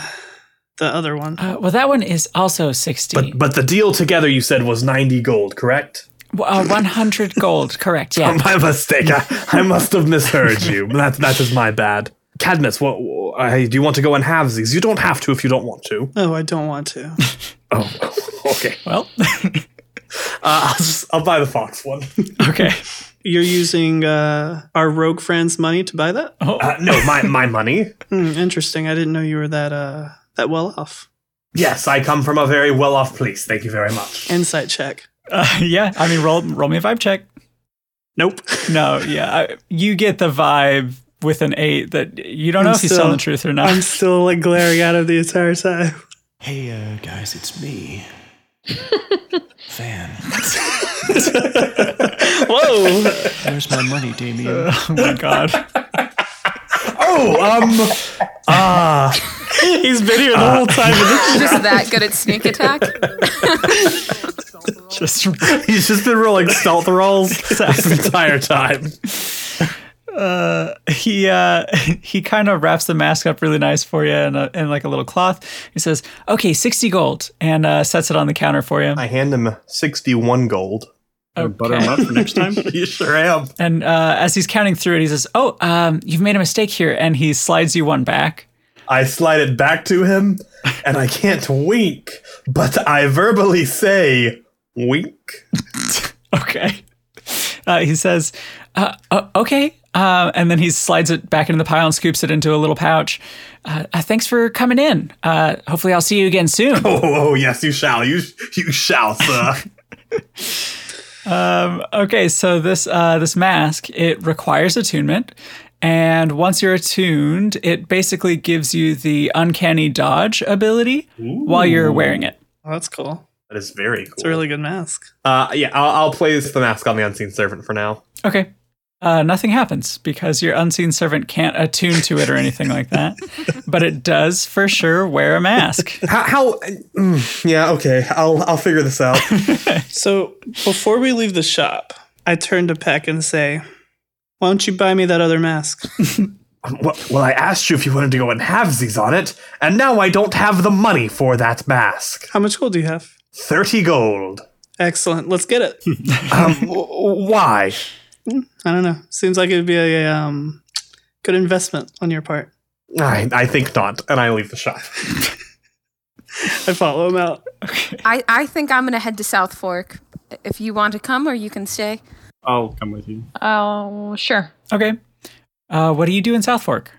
S5: the other one?
S1: Uh, well, that one is also 60.
S7: But but the deal together you said was ninety gold, correct?
S1: W- uh, 100 gold, correct. Yeah.
S7: My mistake. I, I must have misheard you. That that is my bad. Cadmus, what, wh- I, do you want to go and have these? You don't have to if you don't want to.
S5: Oh, I don't want to.
S7: Oh, okay.
S1: Well,
S7: Uh, I'll just I'll buy the fox one.
S1: okay.
S5: You're using uh, our rogue friend's money to buy that.
S1: Oh,
S7: Uh, no, my, my money.
S5: Hmm, interesting. I didn't know you were that uh, that well off.
S7: Yes, I come from a very well off place. Thank you very much.
S5: Insight check.
S1: uh, yeah. I mean, roll roll me a vibe check.
S5: Nope.
S1: No, yeah, I, you get the vibe with an eight that you don't know
S5: I'm
S1: if he's telling the
S5: still-
S1: truth or not.
S5: I'm still like glaring at him the entire time.
S8: Hey, uh, guys, it's me. Van.
S5: Whoa.
S8: Where's my money, Damien?
S1: oh my god.
S7: Oh, um, ah,
S5: He's been here the whole time. and this-
S4: Just that good at sneak attack.
S1: Just
S7: he's just been rolling stealth rolls this entire time.
S1: he uh he kind of wraps the mask up really nice for you in, a, in like a little cloth. He says, "Okay, 60 gold." And uh sets it on the counter for you.
S7: I hand him 61 gold.
S1: Okay.
S2: Butter him up for next time.
S7: You sure am.
S1: And uh as he's counting through it, he says, "Oh, um you've made a mistake here." And he slides you one back.
S7: I slide it back to him, and I can't wink, but I verbally say, wink.
S1: Okay. Uh, he says, uh, uh, okay. Uh, and then he slides it back into the pile and scoops it into a little pouch. Uh, uh, thanks for coming in. Uh, hopefully, I'll see you again soon.
S7: Oh, oh, yes, you shall. You, you shall, sir.
S1: Um, okay, so this uh, this mask it requires attunement, and once you're attuned, it basically gives you the uncanny dodge ability while you're wearing it.
S5: Oh, that's cool.
S7: that is very cool.
S5: It's a really good mask.
S7: uh, yeah, I'll, I'll place the mask on the unseen servant for now.
S1: Okay. Uh, nothing happens because your unseen servant can't attune to it or anything like that, but it does for sure wear a mask.
S7: How? how mm, yeah, okay. I'll I'll figure this out.
S5: So before we leave the shop, I turn to Peck and say, "Why don't you buy me that other mask?"
S7: well, well, I asked you if you wanted to go and have these on it, and now I don't have the money for that mask.
S5: How much gold do you have?
S7: Thirty gold.
S5: Excellent. Let's get it.
S7: Um, w- w- why?
S5: I don't know. Seems like it would be a um, good investment on your part.
S7: I, I think not, and I leave the shop.
S5: I follow him out.
S4: I, I think I'm gonna head to South Fork. If you want to come or you can stay.
S2: I'll come with you.
S6: Oh, sure.
S1: Okay. Uh, what do you do in South Fork?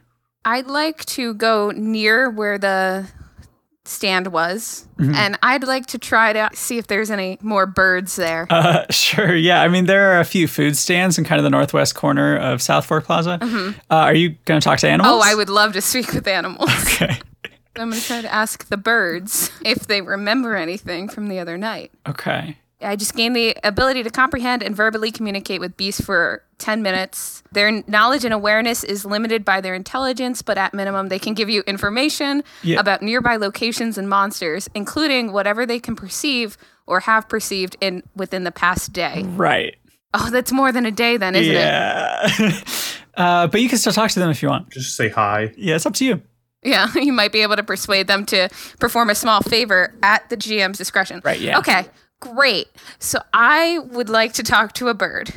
S4: I'd like to go near where the stand was, and I'd like to try to see if there's any more birds there.
S1: Uh, sure. Yeah. I mean, there are a few food stands in kind of the northwest corner of South Fork Plaza. Uh, are you going to talk to
S4: Mm-hmm. oh,
S1: animals?
S4: I would love to speak with animals.
S1: Okay.
S4: I'm gonna try to ask the birds if they remember anything from the other night.
S1: Okay.
S4: I just gained the ability to comprehend and verbally communicate with beasts for 10 minutes. Their knowledge and awareness is limited by their intelligence, but at minimum, they can give you information
S1: Yeah.
S4: about nearby locations and monsters, including whatever they can perceive or have perceived in within the past day.
S1: Right.
S4: Oh, that's more than a day, then, isn't it?
S1: yeah. uh, but you can still talk to them if you want.
S7: Just say hi.
S1: Yeah, it's up to you.
S4: Yeah, you might be able to persuade them to perform a small favor at the GM's discretion.
S1: Right, yeah.
S4: Okay, great. So I would like to talk to a bird.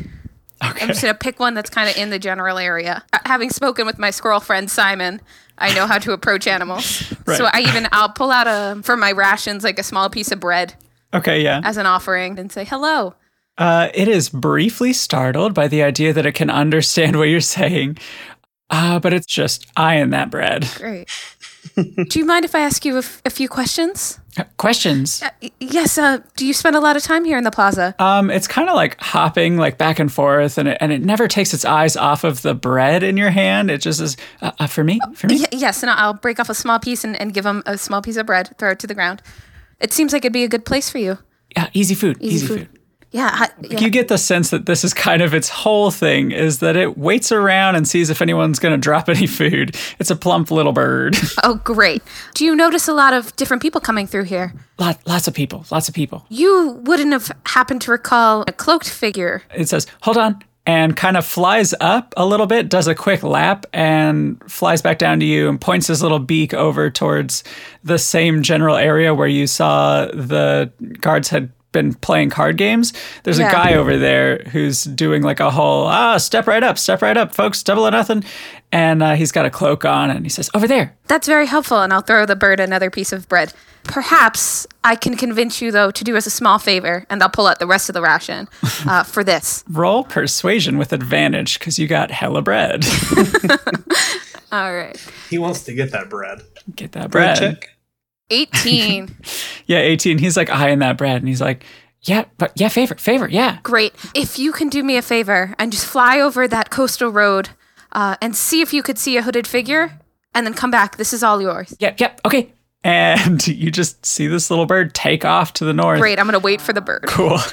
S4: I'm
S1: Okay.
S4: just gonna pick one that's kind of in the general area. Uh, Having spoken with my squirrel friend Simon, I know how to approach animals. So
S1: Right.
S4: I even I'll pull out a for my rations like a small piece of bread
S1: Okay. Yeah.
S4: as an offering and say hello.
S1: Uh, it is briefly startled by the idea that it can understand what you're saying, uh, but it's just eyeing that bread.
S4: Great. do you mind if I ask you a, f- a few questions?
S1: Questions?
S4: Y- yes. Uh, do you spend a lot of time here in the plaza?
S1: Um, it's kind of like hopping like back and forth, and it, and it never takes its eyes off of the bread in your hand. It just is uh, uh, for me, for me.
S4: Y- yes, and I'll break off a small piece and, and give him a small piece of bread, throw it to the ground. It seems like it'd be a good place for you.
S1: Yeah, easy food, easy,
S4: food.
S1: food.
S4: Yeah. I, yeah.
S1: You get the sense that this is kind of its whole thing is that it waits around and sees if anyone's going to drop any food. It's a plump little bird.
S4: oh, great. Do you notice a lot of different people coming through here?
S1: Lot, lots of people, lots of people.
S4: You wouldn't have happened to recall a cloaked figure.
S1: It says, "Hold on." And kind of flies up a little bit, does a quick lap, and flies back down to you and points his little beak over towards the same general area where you saw the guards had been playing card games, there's a
S4: Yeah.
S1: guy over there who's doing like a whole ah step right up, step right up, folks, double or nothing, and uh, he's got a cloak on and he says over there.
S4: That's very helpful, and I'll throw the bird another piece of bread. Perhaps I can convince you, though, to do us a small favor, and I'll pull out the rest of the ration uh, for this.
S1: Roll persuasion with advantage because you got hella bread.
S4: All right.
S7: He wants to get that bread.
S1: Get that
S5: Bread
S1: bread.
S5: check.
S4: 18.
S1: Yeah, 18. He's like eyeing that bread and he's like, yeah, but yeah, favorite, favorite, yeah.
S4: Great. If you can do me a favor and just fly over that coastal road uh, and see if you could see a hooded figure and then come back, this is all yours.
S1: Yep, yep, okay. And you just see this little bird take off to the north.
S4: Great. I'm going to wait for the bird.
S1: Cool.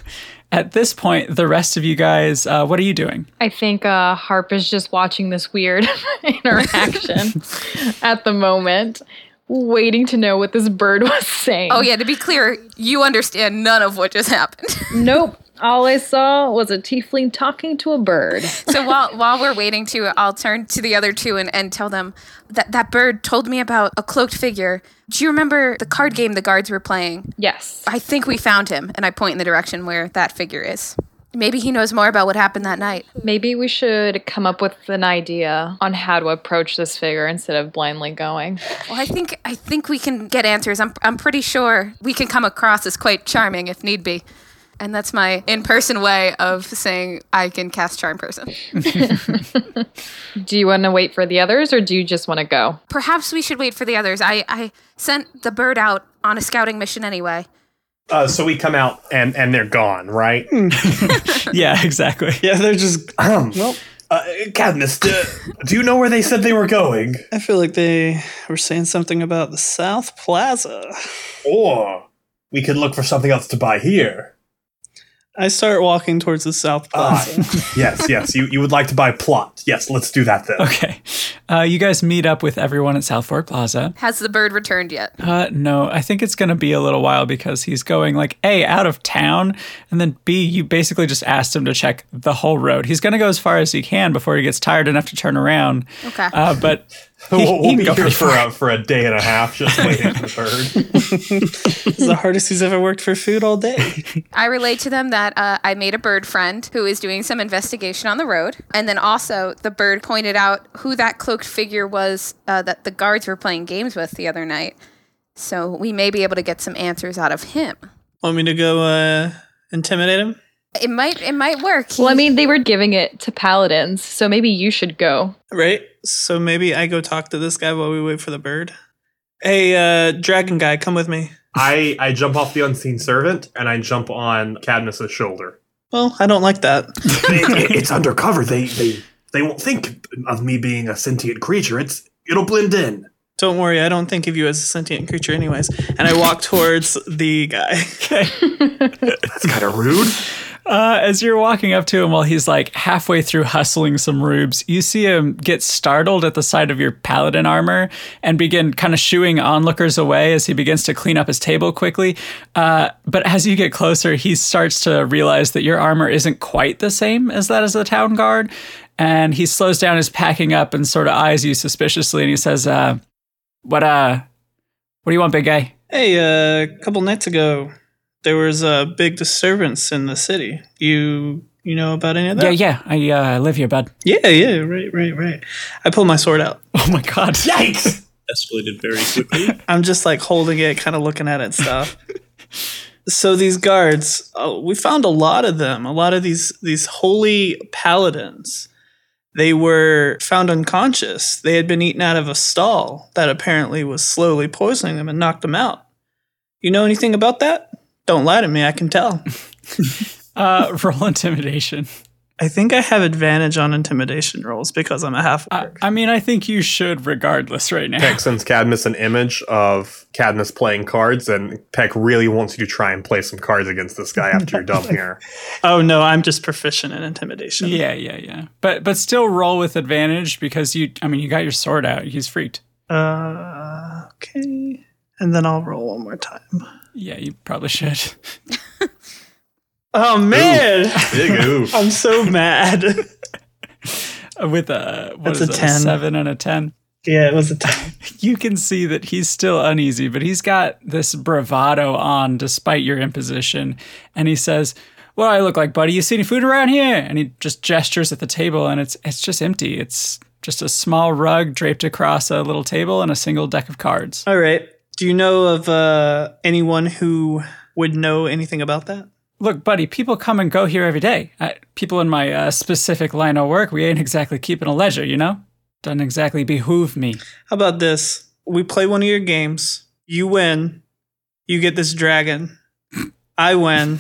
S1: At this point, the rest of you guys, uh, what are you doing?
S6: I think uh, Harp is just watching this weird interaction at the moment, waiting to know what this bird was saying.
S4: Oh, yeah. To be clear, you understand none of what just happened.
S6: Nope. All I saw was a tiefling talking to a bird.
S4: So while while we're waiting to, I'll turn to the other two and, and tell them that that bird told me about a cloaked figure. Do you remember the card game the guards were playing?
S6: Yes.
S4: I think we found him, and I point in the direction where that figure is. Maybe he knows more about what happened that night.
S6: Maybe we should come up with an idea on how to approach this figure instead of blindly going.
S4: Well, I think I think we can get answers. I'm I'm pretty sure we can come across as quite charming if need be. And that's my in-person way of saying I can cast charm person.
S6: Do you want to wait for the others or do you just want to go?
S4: Perhaps we should wait for the others. I, I sent the bird out on a scouting mission anyway.
S7: Uh, so we come out and and they're gone, right?
S1: Yeah, exactly.
S5: Yeah, they're just.
S7: well, uh, Cadmus, do, do you know where they said they were going?
S5: I feel like they were saying something about the South Plaza.
S7: Or we could look for something else to buy here.
S5: I start walking towards the South
S7: Ah,
S5: Plaza.
S7: yes, yes. You you would like to buy plot? Yes, let's do that then.
S1: Okay. Uh, you guys meet up with everyone at South Fork Plaza.
S4: Has the bird returned yet?
S1: Uh, no, I think it's going to be a little while because he's going like A, out of town, and then B, you basically just asked him to check the whole road. He's going to go as far as he can before he gets tired enough to turn around.
S4: Okay.
S1: Uh, but he,
S7: We'll,
S1: he
S7: we'll
S1: can
S7: be
S1: go
S7: here
S1: pretty
S7: for
S1: far.
S7: a, for a day and a half just waiting for the bird.
S5: It's the hardest he's ever worked for food all day.
S4: I relate to them that uh, I made a bird friend who is doing some investigation on the road. And then also, the bird pointed out who that cloaked figure was uh, that the guards were playing games with the other night. So we may be able to get some answers out of him.
S5: Want me to go uh, intimidate him?
S4: It might it might work.
S6: Well, I
S4: He-
S6: mean, they were giving it to paladins, so maybe you should go.
S5: Right? So maybe I go talk to this guy while we wait for the bird. Hey, uh, dragon guy, come with me.
S7: I, I jump off the unseen servant and I jump on Cadmus's shoulder.
S5: Well, I don't like that.
S7: it's undercover. They they they won't think of me being a sentient creature. It's it'll blend in.
S5: Don't worry, I don't think of you as a sentient creature, anyways. And I walk towards the guy.
S7: That's kind of rude.
S1: Uh, as you're walking up to him while he's like halfway through hustling some rubes, you see him get startled at the sight of your paladin armor and begin kind of shooing onlookers away as he begins to clean up his table quickly. Uh, but as you get closer, he starts to realize that your armor isn't quite the same as that as the town guard. And he slows down his packing up and sort of eyes you suspiciously and he says, uh, what, uh, what do you want, big guy?
S5: Hey, uh, a couple nights ago, there was a big disturbance in the city. You you know about any of
S1: Yeah,
S5: that?
S1: yeah, I uh, live here, bud.
S5: yeah, yeah, right, right, right. I pull my sword out.
S1: Oh my god.
S7: Yikes!
S2: Escalated very quickly.
S5: I'm just like holding it, kind of looking at it and stuff. so these guards, oh, we found a lot of them. A lot of these these holy paladins. They were found unconscious. They had been eaten out of a stall that apparently was slowly poisoning them and knocked them out. You know anything about that? Don't lie to me. I can tell.
S1: Uh, roll intimidation.
S5: I think I have advantage on intimidation rolls because I'm a half
S1: I,
S5: orc. Uh,
S1: I mean, I think you should, regardless, right now.
S7: Peck sends Cadmus an image of Cadmus playing cards, and Peck really wants you to try and play some cards against this guy after you're done here.
S5: oh no, I'm just proficient in intimidation.
S1: Yeah, yeah, yeah. But but still roll with advantage because you. I mean, you got your sword out. He's freaked.
S5: Uh, okay. And then I'll roll one more time.
S1: Yeah, you probably should.
S5: Oh man,
S7: Big oof.
S5: I'm so mad.
S1: Uh, with a what
S5: That's
S1: is
S5: a
S1: it,
S5: 10.
S1: seven and a ten.
S5: Yeah, it was a time.
S1: You can see that he's still uneasy, but he's got this bravado on despite your imposition. And he says, What do I look like, buddy? You see any food around here? And he just gestures at the table and it's it's just empty. It's just a small rug draped across a little table and a single deck of cards.
S5: All right. Do you know of uh, anyone who would know anything about that?
S1: Look, buddy, people come and go here every day. I, people in my uh, specific line of work, we ain't exactly keeping a ledger, you know? Doesn't exactly behoove me.
S5: How about this? We play one of your games. You win. You get this dragon. I win.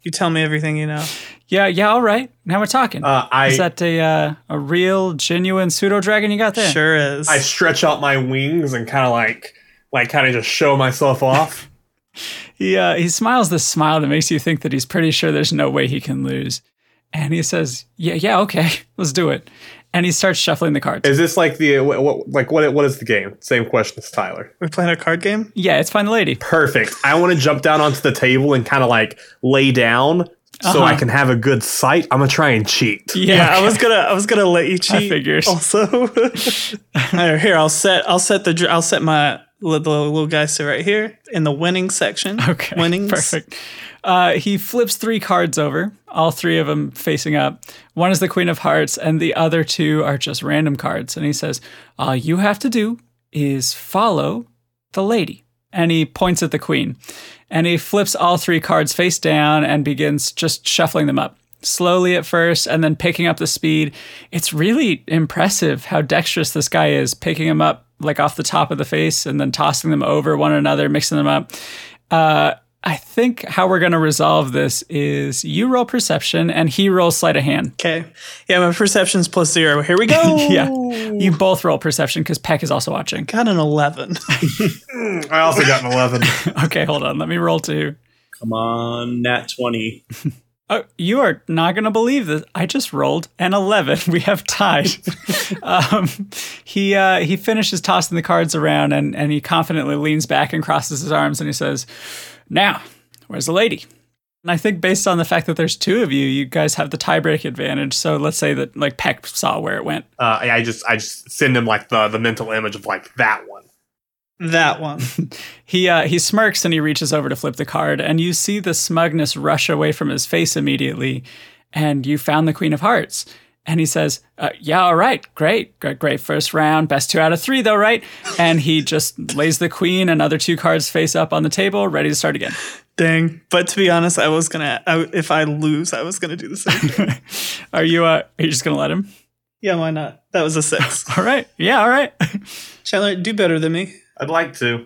S5: You tell me everything you know.
S1: Yeah, yeah, all right. Now we're talking.
S7: Uh, I
S1: Is that a uh, a real, genuine pseudo dragon you got there?
S5: Sure is.
S7: I stretch out my wings and kind of like like kind of just show myself off.
S1: He uh, he smiles this smile that makes you think that he's pretty sure there's no way he can lose, and he says, "Yeah, yeah, okay, let's do it." And he starts shuffling the cards.
S7: is this like the what, what like what what is the game? Same question as Tyler.
S5: We're playing a card game?
S1: yeah, it's find the lady.
S7: Perfect. I want to jump down onto the table and kind of like lay down so
S1: Uh-huh.
S7: I can have a good sight. I'm gonna try and cheat.
S1: Yeah,
S5: I was gonna, I was gonna let you cheat.
S1: figured.
S5: Also, All right, here I'll set, I'll set the, dr- I'll set my li- the little guy sit right here in the winning section.
S1: Okay,
S5: winnings.
S1: perfect. Uh, he flips three cards over, all three of them facing up. One is the Queen of Hearts, and the other two are just random cards. And he says, "All you have to do is follow the lady." And he points at the Queen, and he flips all three cards face down and begins just shuffling them up. Slowly at first, and then picking up the speed. It's really impressive how dexterous this guy is, picking them up like off the top of the face and then tossing them over one another, mixing them up. Uh, I think how we're going to resolve this is you roll perception and he rolls sleight of hand.
S5: Okay. Yeah, my perception's plus zero. Here we go.
S1: Yeah. You both roll perception because Peck is also watching.
S5: Got an eleven.
S7: I also got an eleven.
S1: Okay, hold on. Let me roll two.
S2: Come on, nat 20.
S1: Oh, you are not going to believe this. I just rolled an 11. We have tied. um, he uh, he finishes tossing the cards around and, and he confidently leans back and crosses his arms and he says, Now, where's the lady? And I think based on the fact that there's two of you, you guys have the tiebreak advantage. So let's say that like Peck saw where it went.
S7: Uh, I I just I just send him like the the mental image of like that one.
S5: that one.
S1: He uh, he smirks and he reaches over to flip the card, and you see the smugness rush away from his face immediately. And you found the Queen of Hearts. And he says, uh, "Yeah, all right, great, great, great first round, best two out of three, though, right?" And he just lays the Queen and other two cards face up on the table, ready to start again.
S5: Dang. But to be honest, I was gonna. I, if I lose, I was gonna do the same. thing.
S1: Are you uh, are you just gonna let him?
S5: yeah, why not? That was a six.
S1: All right, yeah, all right.
S5: Chandler, do better than me.
S7: I'd like to.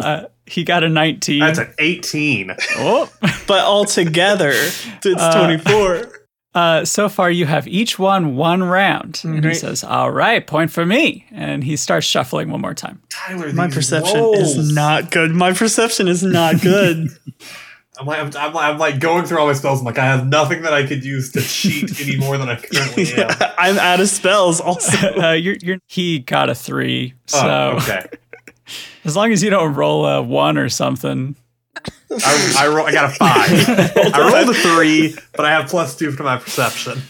S1: Uh, he got a nineteen.
S7: That's an eighteen.
S1: oh.
S5: But altogether, it's twenty-four.
S1: Uh, so far, you have each won one round. And he
S5: Great.
S1: says, All right, point for me. And he starts shuffling one more time.
S7: Tyler,
S5: My
S7: these
S5: perception
S7: rolls.
S5: is not good. My perception is not good.
S7: I'm like, I'm, I'm, like- I'm like going through all my spells. I'm like, I have nothing that I could use to cheat any more than I currently am.
S5: I'm out of spells. Also,
S1: Uh, you're, you're, he got a three. So
S7: Oh, okay.
S1: as long as you don't roll a one or something,
S7: I, I, roll, I got a five. I rolled a three, but I have plus two to my perception.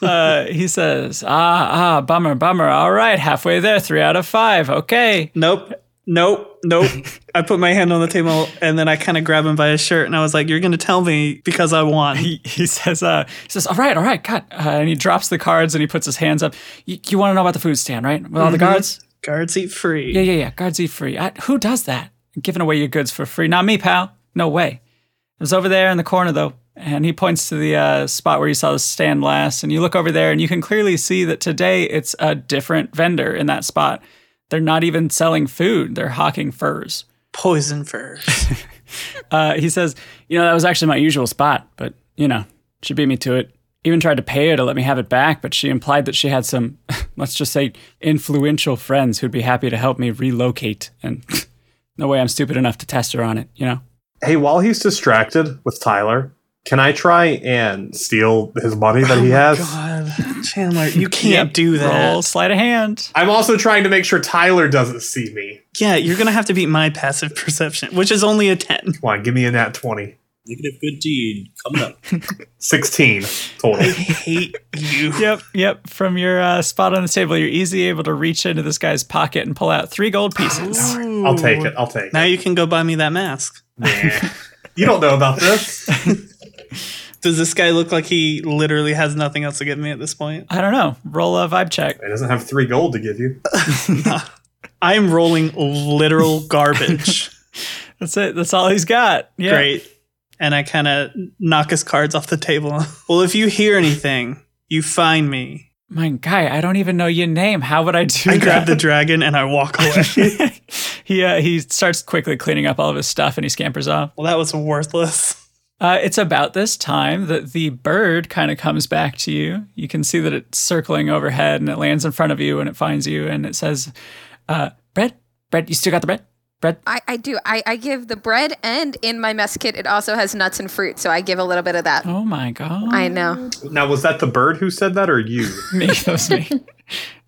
S1: uh, he says, Ah, ah, bummer, bummer. All right, halfway there, three out of five. Okay.
S5: nope, nope, nope. I put my hand on the table and then I kind of grab him by his shirt and I was like, "You're gonna tell me because I won."
S1: He, he says, uh, he says, all right, all right, God. Uh, and he drops the cards and he puts his hands up. You, you want to know about the food stand, right? With all the
S7: Mm-hmm.
S1: guards?
S5: Guards eat free.
S1: Yeah, yeah, yeah. Guards eat free. I, who does that? Giving away your goods for free? Not me, pal. No way. It was over there in the corner, though. And he points to the uh, spot where you saw the stand last. And you look over there, and you can clearly see that today it's a different vendor in that spot. They're not even selling food, they're hawking furs.
S5: Poison first.
S1: Uh, he says, You know, that was actually my usual spot, but, you know, she beat me to it. Even tried to pay her to let me have it back, but she implied that she had some, let's just say, influential friends who'd be happy to help me relocate. And no way I'm stupid enough to test her on it, you know?
S7: Hey, while he's distracted with Tyler, can I try and steal his money that he has?
S5: God, Chandler, you can't do that.
S1: Roll, sleight of hand.
S7: I'm also trying to make sure Tyler doesn't see me.
S5: Yeah, you're gonna have to beat my passive perception, which is only a ten.
S7: Come on, give me a nat 20.
S2: Negative good deed coming up.
S7: 16 total.
S5: Hate you.
S1: Yep, yep. From your uh, spot on the table, you're easily able to reach into this guy's pocket and pull out three gold pieces.
S7: I'll take it. I'll take
S5: Now
S7: it.
S5: you can go buy me that mask.
S7: Nah. you don't know about this.
S5: Does this guy look like he literally has nothing else to give me at this point?
S1: I don't know. Roll a vibe check.
S7: It doesn't have three gold to give you.
S5: I'm rolling literal garbage.
S1: That's it. That's all he's got. Yeah.
S5: Great. And I kind of knock his cards off the table. well, if you hear anything, you find me.
S1: My guy, I don't even know your name. How would I do
S5: I grab
S1: that?
S5: the dragon and I walk away.
S1: he uh, he starts quickly cleaning up all of his stuff and he scampers off.
S5: well, that was worthless.
S1: Uh, it's about this time that the bird kind of comes back to you. You can see that it's circling overhead and it lands in front of you and it finds you and it says, uh, "Bread, bread. You still got the bread, bread."
S4: I, I do. I, I give the bread, and in my mess kit, it also has nuts and fruit, so I give a little bit of that.
S1: Oh my god!
S4: I know.
S7: Now, was that the bird who said that or you?
S1: me. That was me.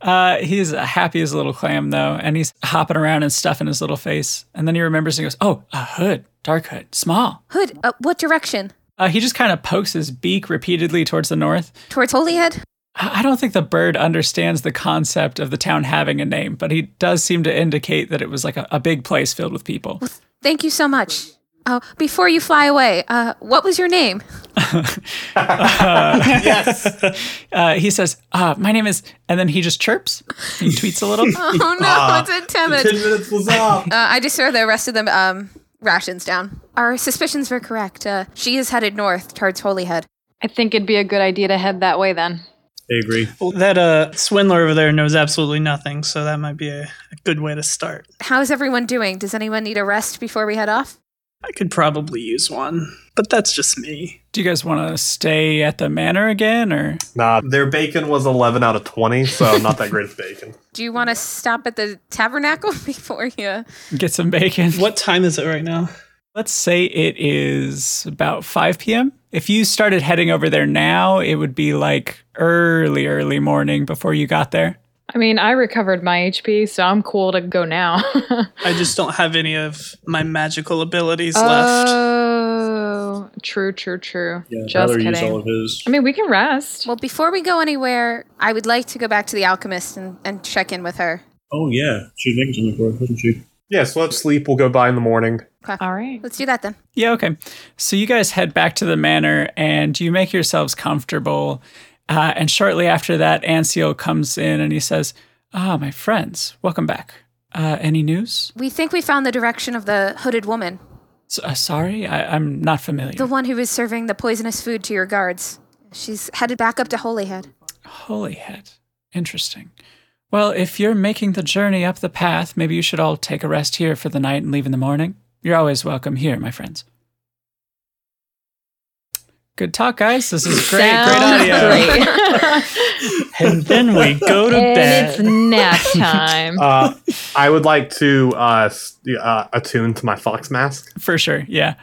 S1: Uh, he's happy as a little clam though, and he's hopping around and stuffing his little face. And then he remembers and he goes, "Oh, a hood, dark hood, small."
S4: Hood, uh, what direction?
S1: Uh, he just kind of pokes his beak repeatedly towards the north.
S4: Towards
S1: I
S4: Holyhead?
S1: I don't think the bird understands the concept of the town having a name, but he does seem to indicate that it was like a, a big place filled with people.
S4: Thank you so much. Oh, before you fly away, uh, what was your name?
S1: Uh, he says, uh, "My name is," and then he just chirps. He tweets a little.
S4: Oh no, it's in 10 minutes.
S7: 10 minutes was up.
S4: Uh, I just throw the rest of them um, rations down. Our suspicions were correct. Uh, she is headed north towards Holyhead.
S6: I think it'd be a good idea to head that way then.
S2: I agree.
S5: Well, that uh, swindler over there knows absolutely nothing, so that might be a, a good way to start.
S4: How is everyone doing? Does anyone need a rest before we head off?
S5: I could probably use one, but that's just me.
S1: Do you guys want to stay at the manor again, or
S7: Nah, their bacon was 11 out of 20, so not that great of bacon.
S4: Do you want to stop at the tabernacle before you?
S1: get some bacon?
S5: What time is it right now?
S1: Let's say it is about 5 p.m. If you started heading over there now, it would be like early, early morning before you got there.
S6: I mean, I recovered my HP, so I'm cool to go now.
S5: I just don't have any of my magical abilities
S6: Uh,
S5: left.
S6: oh, true, true, true.
S2: Yeah,
S6: just
S2: Tyler used all
S6: kidding.
S2: of his.
S6: I mean, we can rest.
S4: Well, before we go anywhere, I would like to go back to the alchemist and, and check in with her.
S2: Oh yeah, she was making something for us, wasn't she?
S7: Yeah, so let's sleep. We'll go by in the morning.
S6: all right.
S4: Let's do that then.
S1: Yeah, okay. So you guys head back to the manor and you make yourselves comfortable. Uh, and shortly after that, Ancio comes in and he says, Ah, my friends, welcome back. Uh, any news?
S4: We think we found the direction of the hooded woman,
S1: S- uh, sorry, I- I'm not familiar.
S4: the one who was serving the poisonous food to your guards. She's headed back up to Holyhead.
S1: Holy head. Interesting. Well, if you're making the journey up the path, maybe you should all take a rest here for the night and leave in the morning. You're always welcome here, my friends. Good talk, guys. This is great. great
S6: Sounds
S1: audio.
S5: And then we go to
S6: and it's
S5: bed.
S6: nap time.
S7: Uh, I would like to uh, s- uh, attune to my fox mask.
S1: For sure. Yeah.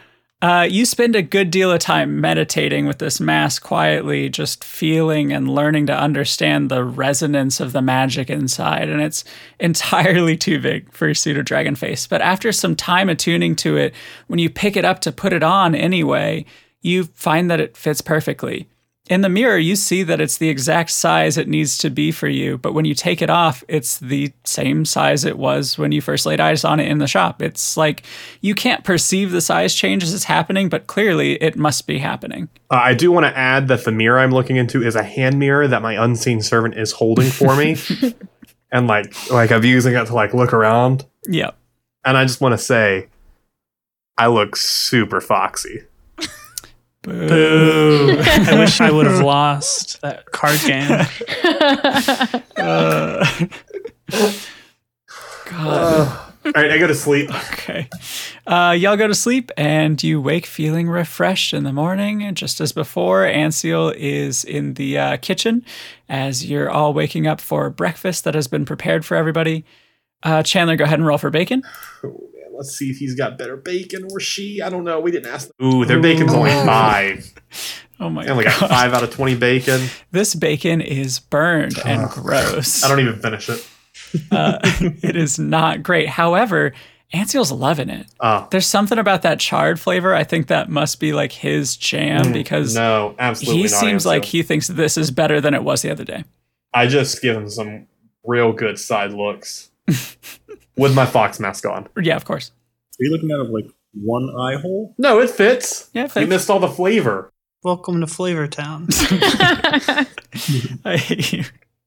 S1: Uh, you spend a good deal of time meditating with this mask quietly, just feeling and learning to understand the resonance of the magic inside. And it's entirely too big for pseudo dragon face. But after some time attuning to it, when you pick it up to put it on anyway, you find that it fits perfectly. In the mirror, you see that it's the exact size it needs to be for you, but when you take it off, it's the same size it was when you first laid eyes on it in the shop. It's like you can't perceive the size change as it's happening, but clearly it must be happening.
S7: Uh, I do want to add that the mirror I'm looking into is a hand mirror that my unseen servant is holding for me, and like like I'm using it to like look around.
S1: Yep.
S7: And I just want to say, I look super foxy.
S5: Boo. I wish I would have lost that card game.
S1: God.
S7: All right, I go to sleep.
S1: Okay. Uh, y'all go to sleep and you wake feeling refreshed in the morning. And just as before, Anseal is in the uh, kitchen as you're all waking up for breakfast that has been prepared for everybody. Uh, Chandler, go ahead and roll for bacon.
S7: Let's see if he's got better bacon or she. I don't know. We didn't ask. Ooh, their bacon's only five.
S1: Oh my
S7: They only
S1: god.
S7: got five out of twenty bacon.
S1: This bacon is burned and gross.
S7: I don't even finish it.
S1: it is not great. However, Anseel's loving it.
S7: Oh.
S1: There's something about that charred flavor. I think that must be like his jam because
S7: Mm, No, absolutely
S1: he
S7: not.
S1: seems
S7: Ansel.
S1: like he thinks this is better than it was the other day.
S7: I just give him some real good side looks with my fox mask on.
S1: Yeah, of course.
S2: you looking out of like one eye hole?
S7: No, it fits.
S1: Yeah, it
S7: You
S1: fits.
S7: missed all the flavor.
S5: Welcome to Flavor Town.
S1: I hate you.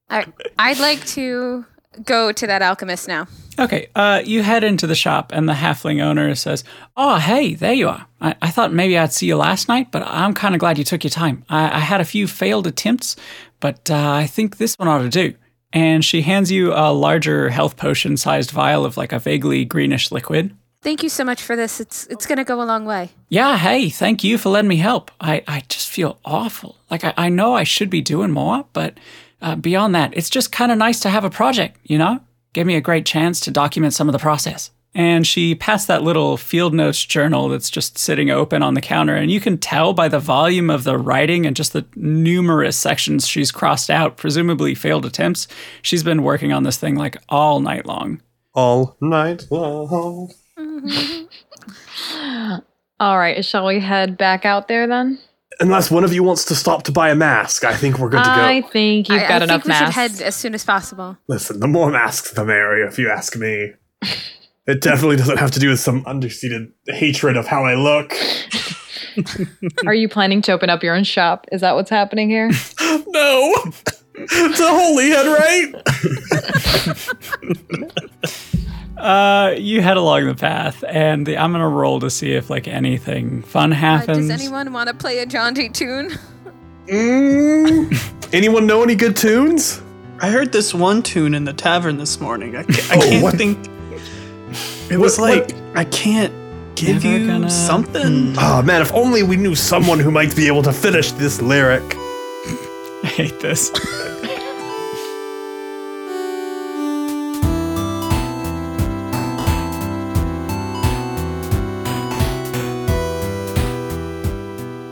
S4: All right. I'd like to go to that alchemist now.
S1: Okay, uh, you head into the shop, and the halfling owner says, Oh, hey, there you are. I, I thought maybe I'd see you last night, but I'm kind of glad you took your time. I, I had a few failed attempts, but uh, I think this one ought to do. And she hands you a larger health potion sized vial of like a vaguely greenish liquid.
S4: Thank you so much for this. It's it's gonna go a long way.
S1: Yeah, hey, thank you for letting me help. I, I just feel awful. Like, I, I know I should be doing more, but uh, beyond that, it's just kind of nice to have a project, you know? Gave me a great chance to document some of the process. And she passed that little field notes journal that's just sitting open on the counter. And you can tell by the volume of the writing and just the numerous sections she's crossed out, presumably failed attempts. She's been working on this thing like all night long.
S7: All night long.
S6: All right, shall we head back out there then?
S7: Unless one of you wants to stop to buy a mask, I think we're good to go.
S6: I think you've
S4: I,
S6: got
S4: I
S6: enough
S4: think we
S6: masks.
S4: should head as soon as possible.
S7: Listen, the more masks, the merrier, if you ask me. It definitely doesn't have to do with some understated hatred of how I look.
S6: Are you planning to open up your own shop? Is that what's happening here?
S7: No! it's a holy head, right?
S1: Uh, you head along the path, and the, I'm gonna roll to see if like anything fun
S4: Uh,
S1: happens.
S4: does anyone want to play a John Dee tune?
S7: Mm. Anyone know any good tunes?
S5: I heard this one tune in the tavern this morning. I can't, I can't
S7: what?
S5: think. Oh, It was like
S7: What-
S5: mm. I can't give
S1: Never
S5: you
S1: gonna-
S5: something.
S7: Ah, man, if only we knew someone who might be able to finish this lyric.
S1: I hate this.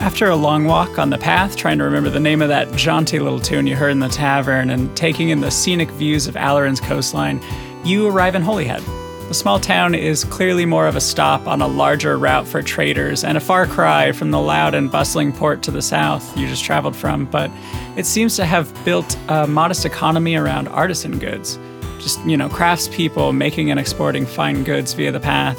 S1: After a long walk on the path, trying to remember the name of that jaunty little tune you heard in the tavern and taking in the scenic views of Alarin's coastline, you arrive in Holyhead. The small town is clearly more of a stop on a larger route for traders and a far cry from the loud and bustling port to the south you just traveled from, but it seems to have built a modest economy around artisan goods. Just, you know, craftspeople making and exporting fine goods via the path.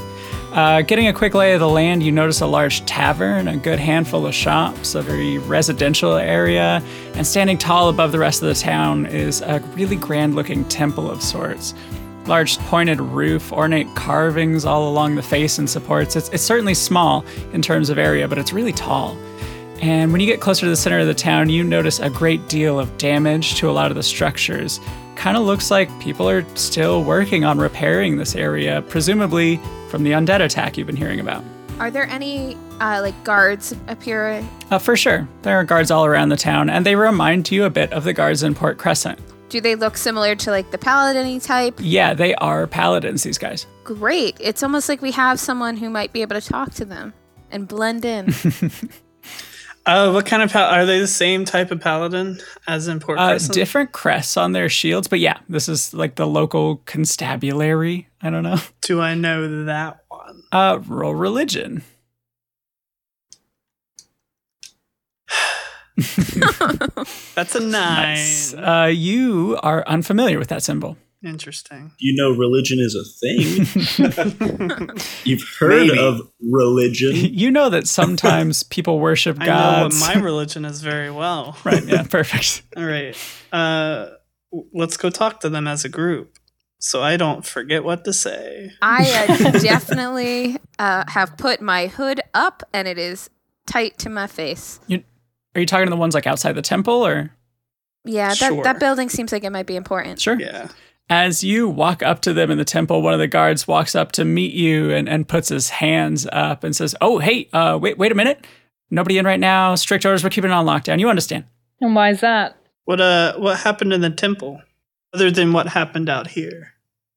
S1: Uh, getting a quick lay of the land, you notice a large tavern, a good handful of shops, a very residential area, and standing tall above the rest of the town is a really grand looking temple of sorts. Large pointed roof, ornate carvings all along the face and supports. It's, it's certainly small in terms of area, but it's really tall. And when you get closer to the center of the town, you notice a great deal of damage to a lot of the structures. Kind of looks like people are still working on repairing this area, presumably from the undead attack you've been hearing about.
S4: Are there any uh, like guards up here?
S1: Uh, for sure, there are guards all around the town, and they remind you a bit of the guards in Port Crescent.
S4: Do they look similar to like the paladin type?
S1: Yeah, they are paladins, these guys.
S4: Great. It's almost like we have someone who might be able to talk to them and blend in.
S5: Uh, what kind of pal- are they? The same type of paladin as in Port
S1: Uh,
S5: Crescent?
S1: different crests on their shields, but yeah, this is like the local constabulary. I don't know.
S5: Do I know that one?
S1: Uh, roll religion.
S5: That's a nine.
S1: Uh, you are unfamiliar with that symbol.
S5: Interesting.
S2: You know, religion is a thing. You've heard
S5: Maybe.
S2: of religion.
S1: You know that sometimes people worship
S5: I know what
S1: gods.
S5: my religion is very well.
S1: right, yeah, perfect.
S5: All right. Uh, w- let's go talk to them as a group, so I don't forget what to say.
S4: I uh, definitely uh, have put my hood up and it is tight to my face.
S1: You, are you talking to the ones like outside the temple or?
S4: Yeah, that,
S5: Sure.
S4: that building seems like it might be important.
S1: Sure.
S5: Yeah.
S1: As you walk up to them in the temple, one of the guards walks up to meet you and, and puts his hands up and says, Oh, hey, uh, wait, wait a minute. Nobody in right now. Strict orders. We're keeping it on lockdown. You understand.
S6: and why is that?
S5: What uh? What happened in the temple? Other than what happened out here?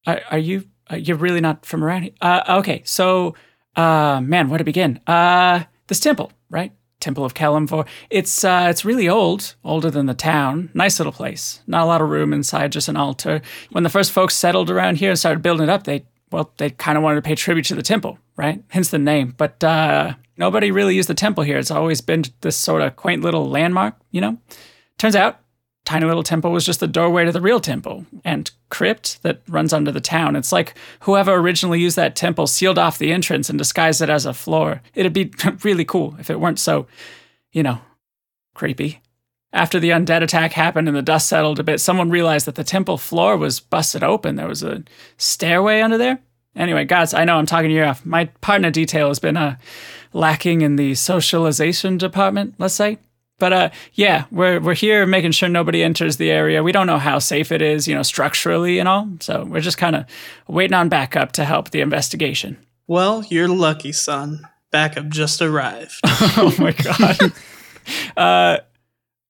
S1: Are, are you are you really not from around here? Uh, okay, so uh, man, where to begin? Uh, this temple, right? Temple of Kalimvor. It's uh, it's really old, older than the town. Nice little place. Not a lot of room inside, just an altar. When the first folks settled around here and started building it up, they well, they kind of wanted to pay tribute to the temple, right? Hence the name. But uh, nobody really used the temple here. It's always been this sort of quaint little landmark, you know? Turns out, tiny little temple was just the doorway to the real temple and crypt that runs under the town. It's like whoever originally used that temple sealed off the entrance and disguised it as a floor. It'd be really cool if it weren't so, you know, creepy. After the undead attack happened and the dust settled a bit, someone realized that the temple floor was busted open. There was a stairway under there. Anyway, guys, I know I'm talking you off. My partner detail has been uh, lacking in the socialization department, let's say. But uh, yeah, we're we're here making sure nobody enters the area. We don't know how safe it is, you know, structurally and all. So we're just kind of waiting on backup to help the investigation.
S5: Well, you're lucky, son. Backup just arrived.
S1: oh my god. uh,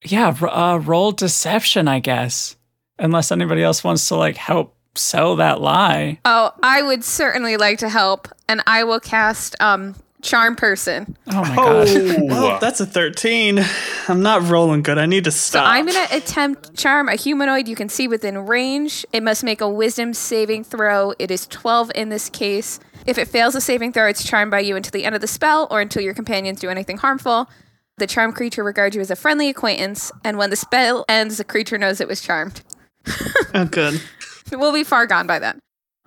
S1: yeah, r- uh, roll deception, I guess. Unless anybody else wants to like help sell that lie.
S4: Oh, I would certainly like to help, and I will cast um, Charm Person.
S1: Oh my god.
S5: Oh, that's a 13. I'm not rolling good. I need to
S4: So
S5: stop.
S4: I'm going to attempt Charm a humanoid you can see within range. It must make a wisdom saving throw. It is 12 in this case. If it fails a saving throw, it's charmed by you until the end of the spell or until your companions do anything harmful. The charmed creature regards you as a friendly acquaintance, and when the spell ends, the creature knows it was charmed.
S5: oh, good.
S4: We'll be far gone by then.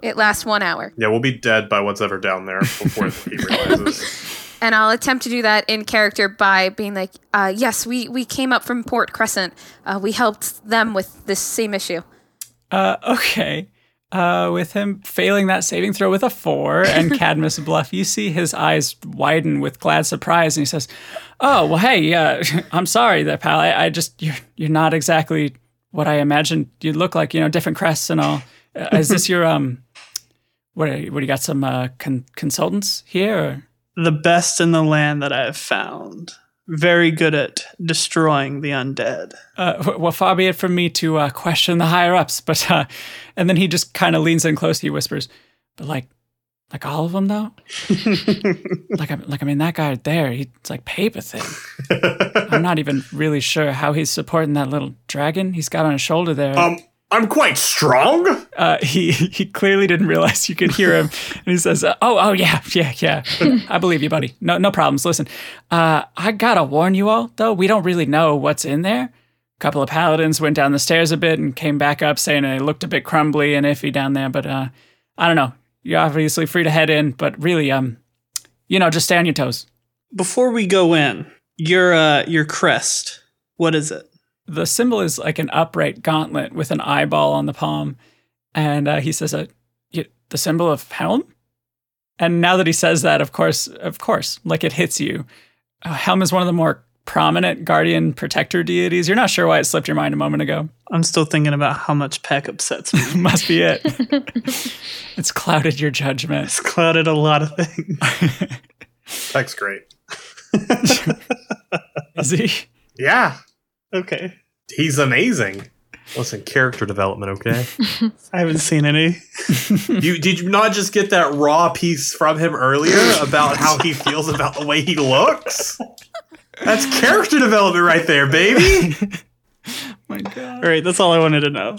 S4: It lasts one hour.
S7: Yeah, we'll be dead by what's ever down there before he realizes.
S4: and I'll attempt to do that in character by being like, uh, "Yes, we we came up from Port Crescent. Uh, we helped them with this same issue."
S1: Uh, okay. Uh, with him failing that saving throw with a four and Cadmus bluff, you see his eyes widen with glad surprise, and he says, "Oh well, hey, uh, I'm sorry there, pal. I, I just you're you're not exactly what I imagined you'd look like. You know, different crests and all. Uh, is this your um, what? Are, what do you got? Some uh, con- consultants here? Or?
S5: The best in the land that I have found. Very good at destroying the undead.
S1: uh, w- well, far be it from me to uh, question the higher ups, but uh, and then he just kind of leans in close. He whispers, "But like, like all of them though. like, I, like I mean, that guy there, he's like paper thin. I'm not even really sure how he's supporting that little dragon he's got on his shoulder there.
S7: um, I'm quite strong.
S1: uh, he he clearly didn't realize you could hear him, and he says, uh, "Oh, oh yeah, yeah, yeah. I believe you, buddy. No, no problems. Listen, uh, I gotta warn you all though. We don't really know what's in there. A couple of paladins went down the stairs a bit and came back up, saying it looked a bit crumbly and iffy down there. But uh, I don't know. You're obviously free to head in, but really, um, you know, just stay on your toes.
S5: Before we go in, your uh, your crest. What is it?
S1: the symbol is like an upright gauntlet with an eyeball on the palm. And uh, he says, uh, y- "The symbol of Helm." And now that he says that, of course, of course, like it hits you. Uh, Helm is one of the more prominent guardian protector deities. You're not sure why it slipped your mind a moment ago.
S5: I'm still thinking about how much Peck upsets me.
S1: Must be it. it's clouded your judgment.
S5: It's clouded a lot of things.
S7: That's great.
S1: Is he?
S7: Yeah,
S5: Okay.
S7: he's amazing. Listen, character development, okay?
S5: I haven't seen any.
S7: you did you not just get that raw piece from him earlier about how he feels about the way he looks? That's character development right there, baby.
S1: my God.
S5: All right, that's all I wanted to know.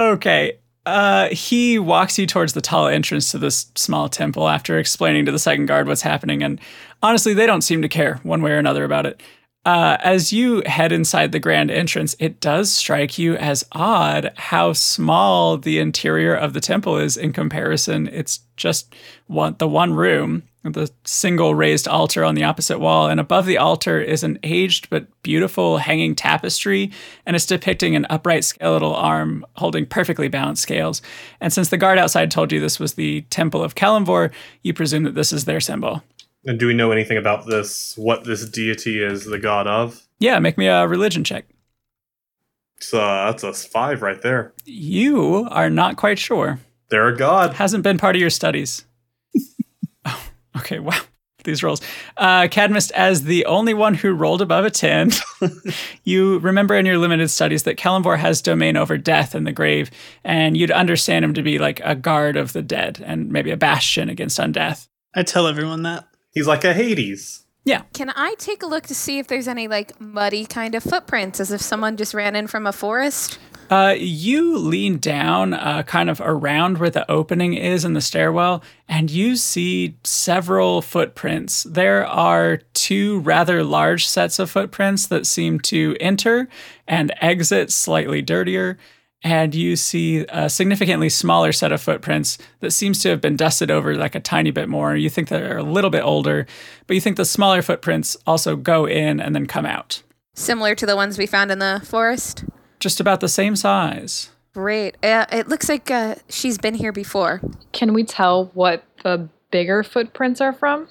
S1: Okay. Uh, he walks you towards the tall entrance to this small temple after explaining to the second guard what's happening. And honestly, they don't seem to care one way or another about it. Uh, as you head inside the grand entrance, it does strike you as odd how small the interior of the temple is in comparison. It's just one, the one room, the single raised altar on the opposite wall, and above the altar is an aged but beautiful hanging tapestry, and it's depicting an upright skeletal arm holding perfectly balanced scales. And since the guard outside told you this was the temple of Kalimvor, you presume that this is their symbol.
S7: And do we know anything about this? What this deity is the god of?
S1: Yeah, make me a religion check.
S7: So uh, that's a five right there.
S1: You are not quite sure.
S7: They're a god.
S1: Hasn't been part of your studies. oh, okay, wow. These rolls. Uh, Cadmus, as the only one who rolled above a 10, you remember in your limited studies that Kalimvor has domain over death and the grave, and you'd understand him to be like a guard of the dead and maybe a bastion against undeath.
S5: I tell everyone that.
S7: He's like a Hades.
S4: Can I take a look to see if there's any like muddy kind of footprints, as if someone just ran in from a forest?
S1: Uh, you lean down, uh, kind of around where the opening is in the stairwell, and you see several footprints. There are two rather large sets of footprints that seem to enter and exit slightly dirtier. And you see a significantly smaller set of footprints that seems to have been dusted over like a tiny bit more. You think they're a little bit older, but you think the smaller footprints also go in and then come out.
S4: Similar to the ones we found in the forest.
S1: Just about the same size.
S4: Great. Uh, it looks like uh, she's been here before.
S6: Can we tell what the bigger footprints are from?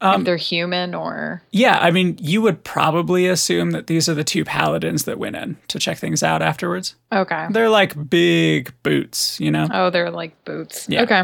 S1: Um,
S6: if they're human or
S1: Yeah, I mean, you would probably assume that these are the two paladins that went in to check things out afterwards.
S6: okay.
S1: They're like big boots, you know?
S6: Oh, they're like boots.
S1: Yeah.
S6: Okay.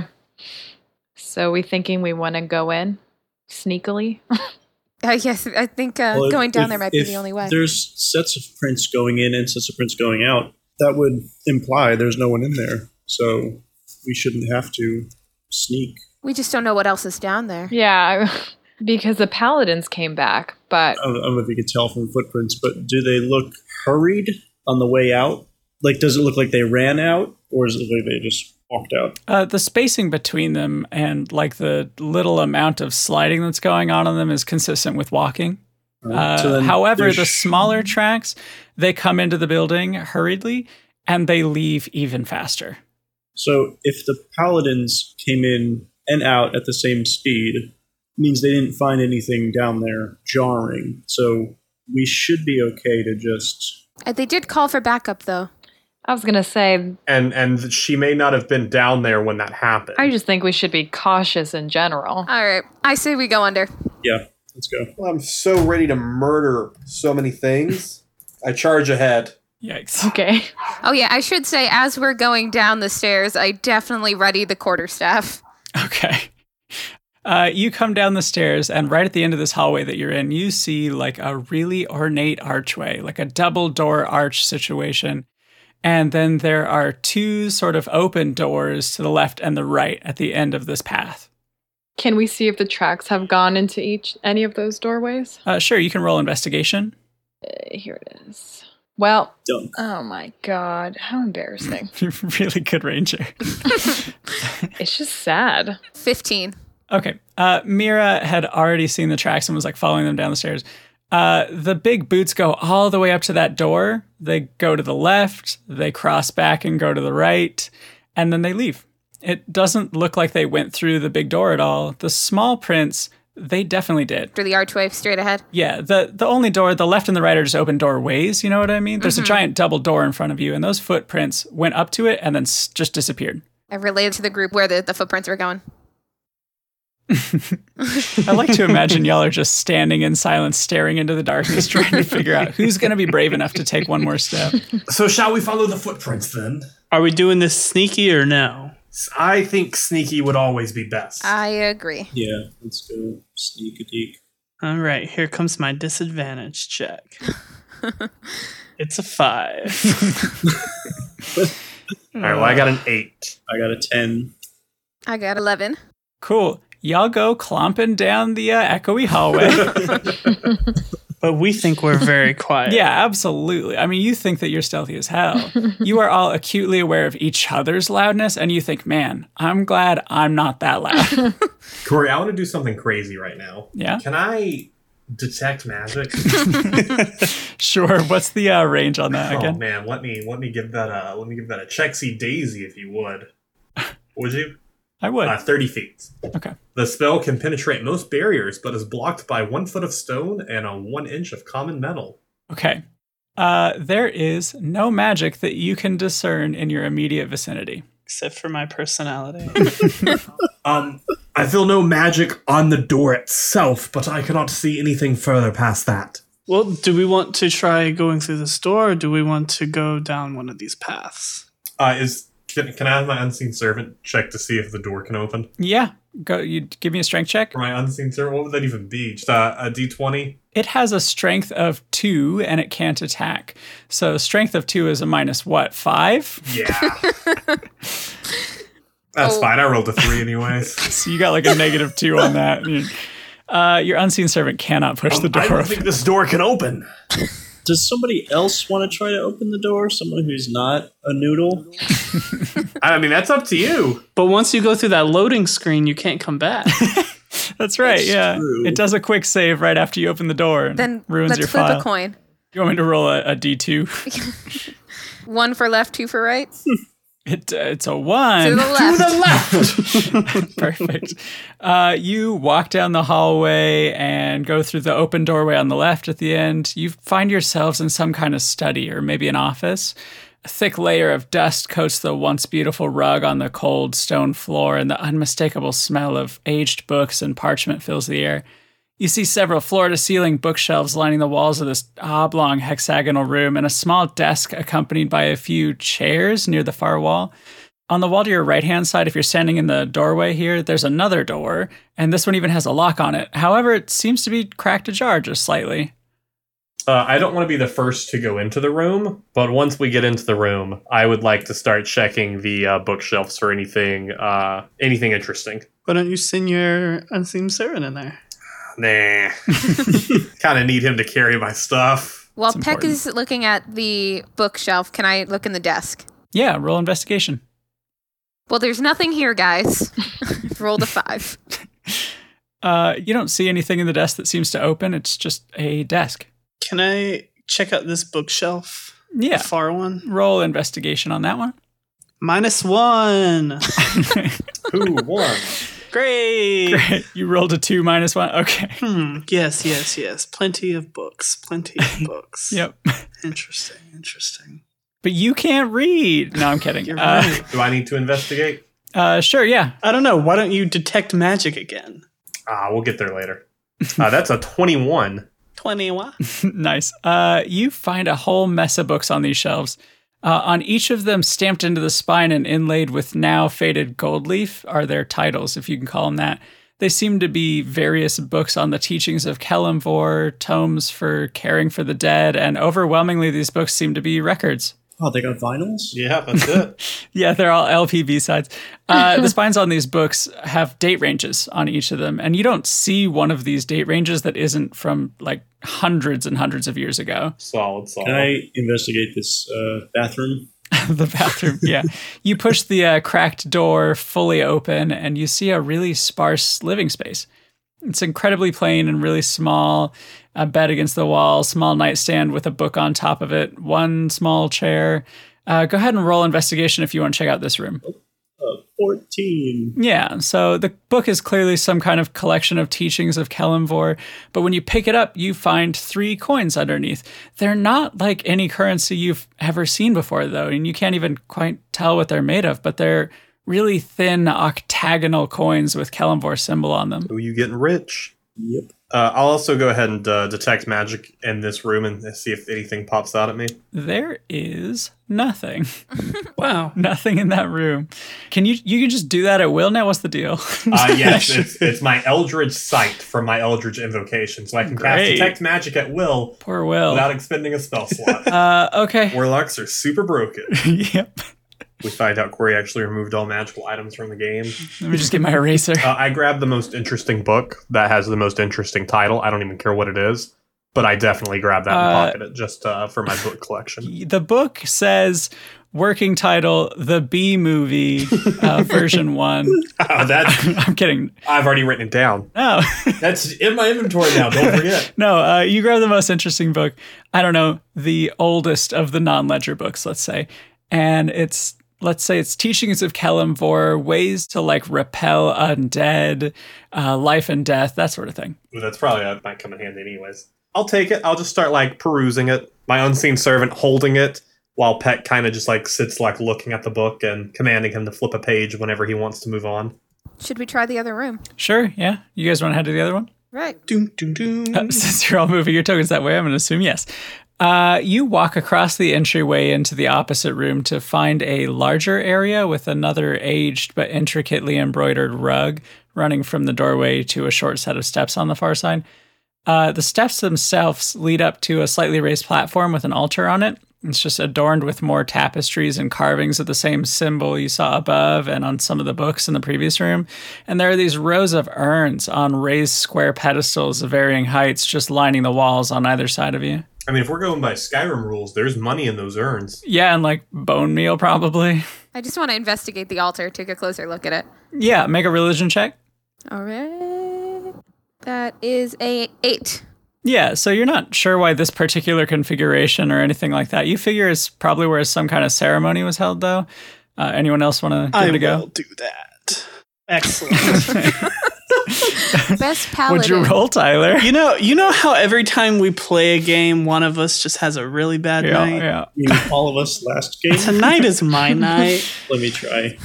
S6: So we thinking we want to go in sneakily.
S4: Uh, yes, I think uh,
S2: Well, if-
S4: going down
S2: if-
S4: there might be
S2: if
S4: the only way.
S2: There's sets of prints going in and sets of prints going out. That would imply there's no one in there, so we shouldn't have to sneak.
S4: We just don't know what else is down there.
S6: yeah, I- because the paladins came back, but
S2: I don't, I don't know if you can tell from footprints, but do they look hurried on the way out? Like, does it look like they ran out, or is it like they just walked out?
S1: Uh, the spacing between them and like the little amount of sliding that's going on on them is consistent with walking. Uh,
S2: So then
S1: however,
S2: there's-
S1: the smaller tracks, they come into the building hurriedly and they leave even faster.
S2: So if the paladins came in and out at the same speed, means they didn't find anything down there jarring. So we should be okay to just
S4: Uh, they did call for backup, though.
S6: I was gonna say
S7: And and she may not have been down there when that happened.
S6: I just think we should be cautious in general.
S4: All right. I say we go under.
S2: yeah, let's go.
S7: I'm so ready to murder so many things. I charge ahead.
S1: Yikes.
S6: Okay.
S4: Oh, yeah. I should say, as we're going down the stairs, I definitely ready the quarterstaff.
S1: Okay. Uh, you come down the stairs, and right at the end of this hallway that you're in, you see like a really ornate archway, like a double door arch situation. And then there are two sort of open doors to the left and the right at the end of this path.
S6: Can we see if the tracks have gone into each any of those doorways?
S1: Uh, sure, you can roll investigation.
S6: Uh, Here it is. Well,
S2: Dunk.
S6: oh my god, how embarrassing.
S1: You're a really good ranger.
S6: it's just sad.
S4: 15.
S1: Okay. Uh, Mira had already seen the tracks and was like following them down the stairs. Uh, the big boots go all the way up to that door. They go to the left, they cross back and go to the right, and then they leave. It doesn't look like they went through the big door at all. The small prints, they definitely did.
S4: Through the archway, straight ahead.
S1: Yeah, the the only door, the left and the right are just open doorways. You know what I mean? There's a giant double door in front of you, and those footprints went up to it and then s- just disappeared.
S4: I related to the group where the, the footprints were going.
S1: I like to imagine y'all are just standing in silence, staring into the darkness, trying to figure out who's going to be brave enough to take one more step.
S3: So shall we follow the footprints then?
S5: Are we doing this sneaky or no?
S3: S- I think sneaky would always be best.
S4: I agree.
S2: Yeah, let's go sneak a deek.
S5: All right, here comes my disadvantage check. it's a five.
S7: All right. Well, I got an eight.
S2: I got a ten.
S4: I got 11.
S1: Cool. Y'all go clomping down the uh, echoey hallway.
S5: but we think we're very quiet.
S1: yeah, absolutely. I mean, you think that you're stealthy as hell. You are all acutely aware of each other's loudness, and you think, man, I'm glad I'm not that loud.
S3: Corey, I want to do something crazy right now.
S1: Yeah?
S3: Can I detect magic?
S1: sure. What's the uh, range on that
S3: oh
S1: again?
S3: man, let me let me give that a let me give that a checksy daisy if you would. Would you?
S1: I would.
S3: Uh, Thirty feet.
S1: Okay.
S3: The spell can penetrate most barriers, but is blocked by one foot of stone and a one inch of common metal.
S1: Okay. Uh, there is no magic that you can discern in your immediate vicinity.
S5: Except for my personality.
S3: Um, I feel no magic on the door itself, but I cannot see anything further past that.
S5: well, do we want to try going through this door or do we want to go down one of these paths?
S3: Uh, is can, can I have my unseen servant check to see if the door can open?
S1: Yeah. Go. You give me a strength check.
S3: For my unseen servant, what would that even be? Just uh, a D twenty.
S1: It has a strength of two and it can't attack. So strength of two is a minus what? Five?
S3: Yeah. That's
S4: Oh.
S3: fine. I rolled a three anyways.
S1: So you got like a negative two on that. You- Uh, your unseen servant cannot push the
S3: Um, I
S1: door
S3: don't
S1: open.
S3: think this door can open.
S2: Does somebody else want to try to open the door? Someone who's not a noodle?
S3: I mean, that's up to you.
S5: But once you go through that loading screen, you can't come back.
S1: That's right.
S2: That's
S1: yeah,
S2: true.
S1: it does a quick save right after you open the door and
S4: Then
S1: ruins
S4: let's
S1: your
S4: flip
S1: file.
S4: a coin.
S1: You want me to roll a a D two?
S4: One for left, two for right. To
S1: It, uh, it's a
S4: the
S1: one.
S4: left.
S1: Perfect. Uh, you walk down the hallway and go through the open doorway on the left at the end. You find yourselves in some kind of study or maybe an office. A thick layer of dust coats the once beautiful rug on the cold stone floor, and the unmistakable smell of aged books and parchment fills the air. You see several floor to ceiling bookshelves lining the walls of this oblong hexagonal room, and a small desk accompanied by a few chairs near the far wall. On the wall to your right hand side, if you're standing in the doorway here, there's another door, and this one even has a lock on it. However, it seems to be cracked ajar just slightly.
S3: Uh, I don't want to be the first to go into the room, but once we get into the room, I would like to start checking the uh, bookshelves for anything, uh, anything interesting.
S5: Why don't you send your unseamed servant in there?
S3: Nah, kind of need him to carry my stuff.
S4: While
S1: It's
S4: Peck
S1: important.
S4: is looking at the bookshelf, can I look in the desk?
S1: Yeah, roll investigation.
S4: Well, there's nothing here, guys. Rolled a five.
S1: Uh, you don't see anything in the desk that seems to open. It's just a desk.
S5: Can I check out this bookshelf? The
S1: Yeah,
S5: far one.
S1: roll investigation on that one.
S5: Minus one.
S3: Who won?
S5: Great.
S1: you rolled a two minus one. Okay.
S5: Hmm. Yes, yes, yes. Plenty of books. Plenty of books.
S1: Yep.
S5: Interesting. Interesting.
S1: But you can't read. No, I'm kidding.
S5: You're
S1: Uh,
S5: right.
S3: Do I need to investigate?
S1: uh, sure. Yeah.
S5: I don't know. Why don't you detect magic again?
S3: Ah, we'll get there later. Uh, that's a twenty-one.
S5: 21.
S1: nice. Uh, you find a whole mess of books on these shelves. Uh, on each of them, stamped into the spine and inlaid with now faded gold leaf, are their titles, if you can call them that. They seem to be various books on the teachings of Kellamvor, tomes for caring for the dead, and overwhelmingly, these books seem to be records.
S2: Oh, they got vinyls?
S3: Yeah, that's it.
S1: Yeah, they're all LPB sides. Uh, the spines on these books have date ranges on each of them, and you don't see one of these date ranges that isn't from like hundreds and hundreds of years ago.
S3: solid, solid.
S2: Can I investigate this uh, bathroom?
S1: the bathroom. Yeah. you push the uh, cracked door fully open and you see a really sparse living space. It's incredibly plain and really small. A bed against the wall, small nightstand with a book on top of it, one small chair. Uh, go ahead and roll investigation if you want to check out this room.
S2: Uh, 14.
S1: Yeah, so the book is clearly some kind of collection of teachings of Kellamvor, but when you pick it up, you find three coins underneath. They're not like any currency you've ever seen before, though, and you can't even quite tell what they're made of, but they're really thin octagonal coins with Kellamvor symbol on them.
S3: Who you getting rich?
S2: Yep.
S3: Uh, I'll also go ahead and uh, detect magic in this room and see if anything pops out at me.
S1: There is nothing.
S5: Wow.
S1: Nothing in that room. Can you you can just do that at will now? What's the deal?
S3: Uh, yes, it's, it's my Eldritch Sight from my Eldritch Invocation, so I can cast
S1: Great.
S3: Detect Magic at will
S1: Poor Will.
S3: without expending a spell slot.
S1: Uh, okay.
S3: Warlocks are super broken.
S1: yep.
S3: We find out Corey actually removed all magical items from the game.
S1: Let me just get my eraser.
S3: Uh, I grabbed the most interesting book that has the most interesting title. I don't even care what it is, but I definitely grabbed that
S1: Uh,
S3: and pocket it just uh, for my book collection.
S1: the book says working title the b movie uh, version one
S3: Oh, that
S1: i'm kidding
S3: I've already written it down.
S1: no
S3: That's in my inventory now. Don't forget.
S1: no uh, you grab the most interesting book i don't know the oldest of the non-ledger books let's say and it's let's say it's teachings of Kellamvor, ways to like repel undead uh, life and death that sort of thing
S3: Ooh, that's probably that might come in handy anyways. I'll take it. I'll just start like perusing it. My unseen servant holding it while Pet kind of just like sits like looking at the book and commanding him to flip a page whenever he wants to move on.
S4: Should we try the other room?
S1: sure yeah you guys want to head to the other one
S4: Right.
S5: Doom, doom, doom.
S1: Uh, since you're all moving your tokens that way, I'm going to assume yes. Uh, you walk across the entryway into the opposite room to find a larger area with another aged but intricately embroidered rug running from the doorway to a short set of steps on the far side. Uh, the steps themselves lead up to a slightly raised platform with an altar on it. It's just adorned with more tapestries and carvings of the same symbol you saw above and on some of the books in the previous room. And there are these rows of urns on raised square pedestals of varying heights just lining the walls on either side of you.
S7: I mean, if we're going by Skyrim rules, there's money in those urns.
S1: Yeah, and like bone meal probably.
S4: I just want to investigate the altar, take a closer look at it.
S1: Yeah, make a religion check.
S4: All right. That is a eight.
S1: Yeah, so you're not sure why this particular configuration or anything like that. You figure it's probably where some kind of ceremony was held, though. Uh, anyone else want to give
S5: I
S1: it a go?
S5: will do that. Excellent.
S4: Best paladin.
S1: Would you roll, Tyler?
S5: you know, you know how every time we play a game, one of us just has a really bad
S1: Yeah,
S5: night.
S1: yeah.
S2: You all of us last game.
S5: Tonight is my night.
S2: Let me try.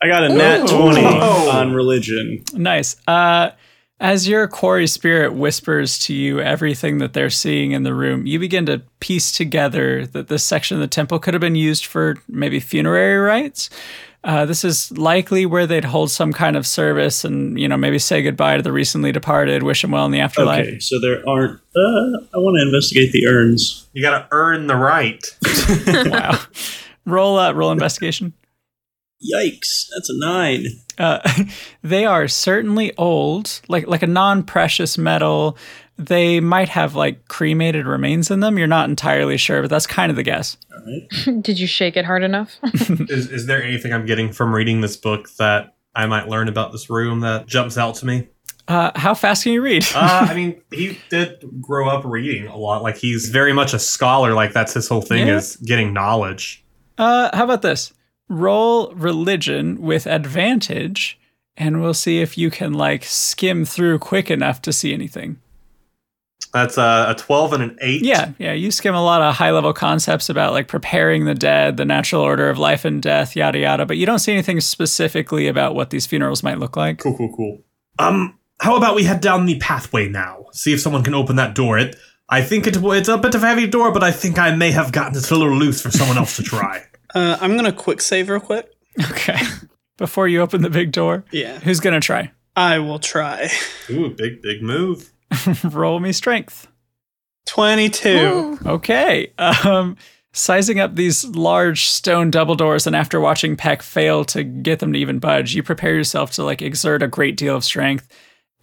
S2: I got a nat
S1: Ooh.
S2: twenty on religion.
S1: Nice. Uh, as your quarry spirit whispers to you everything that they're seeing in the room, you begin to piece together that this section of the temple could have been used for maybe funerary rites. Uh, this is likely where they'd hold some kind of service and, you know, maybe say goodbye to the recently departed, wish them well in the afterlife.
S2: Okay, so there aren't. Uh, I want to investigate the urns.
S7: You got to earn the right.
S1: wow. Roll uh, roll investigation.
S2: Yikes! That's a nine.
S1: Uh, they are certainly old, like like a non-precious metal. They might have like cremated remains in them. You're not entirely sure, but that's kind of the guess.
S6: Did you shake it hard enough?
S7: Is, is there anything I'm getting from reading this book that I might learn about this room that jumps out to me?
S1: Uh, how fast can you read?
S7: Uh, I mean, he did grow up reading a lot. Like, he's very much a scholar. Like, that's his whole thing
S1: Yeah.
S7: is getting knowledge.
S1: Uh, how about this? Roll religion with advantage, and we'll see if you can like skim through quick enough to see anything.
S7: That's
S3: uh,
S7: a, a 12 and an 8.
S1: Yeah, yeah. You skim a lot of high level concepts about like preparing the dead, the natural order of life and death, yada yada, but you don't see anything specifically about what these funerals might look like.
S7: Cool, cool, cool.
S3: Um, how about we head down the pathway now? See if someone can open that door. It, I think it it's a bit of a heavy door, but I think I may have gotten it a little loose for someone else to try.
S5: Uh, I'm gonna quick save real quick.
S1: Okay. Before you open the big door,
S5: Yeah,
S1: who's going to try?
S5: I will try.
S7: Ooh, big, big move.
S1: Roll me strength.
S5: Twenty-two.
S4: Ooh.
S1: Okay. Um, sizing up these large stone double doors, and after watching Peck fail to get them to even budge, you prepare yourself to like exert a great deal of strength.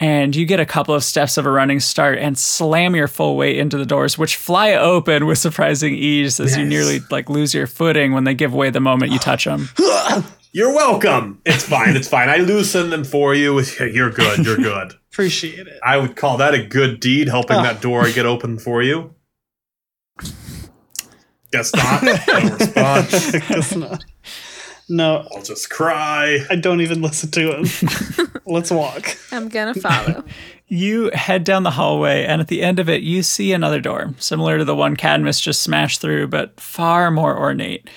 S1: And you get a couple of steps of a running start and slam your full weight into the doors, which fly open with surprising ease as you nearly like lose your footing when they give way the moment you touch them.
S7: You're welcome. It's fine. It's fine. I loosen them for you. You're good. You're good.
S5: Appreciate it.
S7: I would call that a good deed, helping that door get open for you. Guess not. No response.
S5: Guess not. No,
S7: I'll just cry.
S5: I don't even listen to him. Let's walk.
S4: I'm gonna follow.
S1: You head down the hallway, and at the end of it, you see another door, similar to the one Cadmus just smashed through, but far more ornate.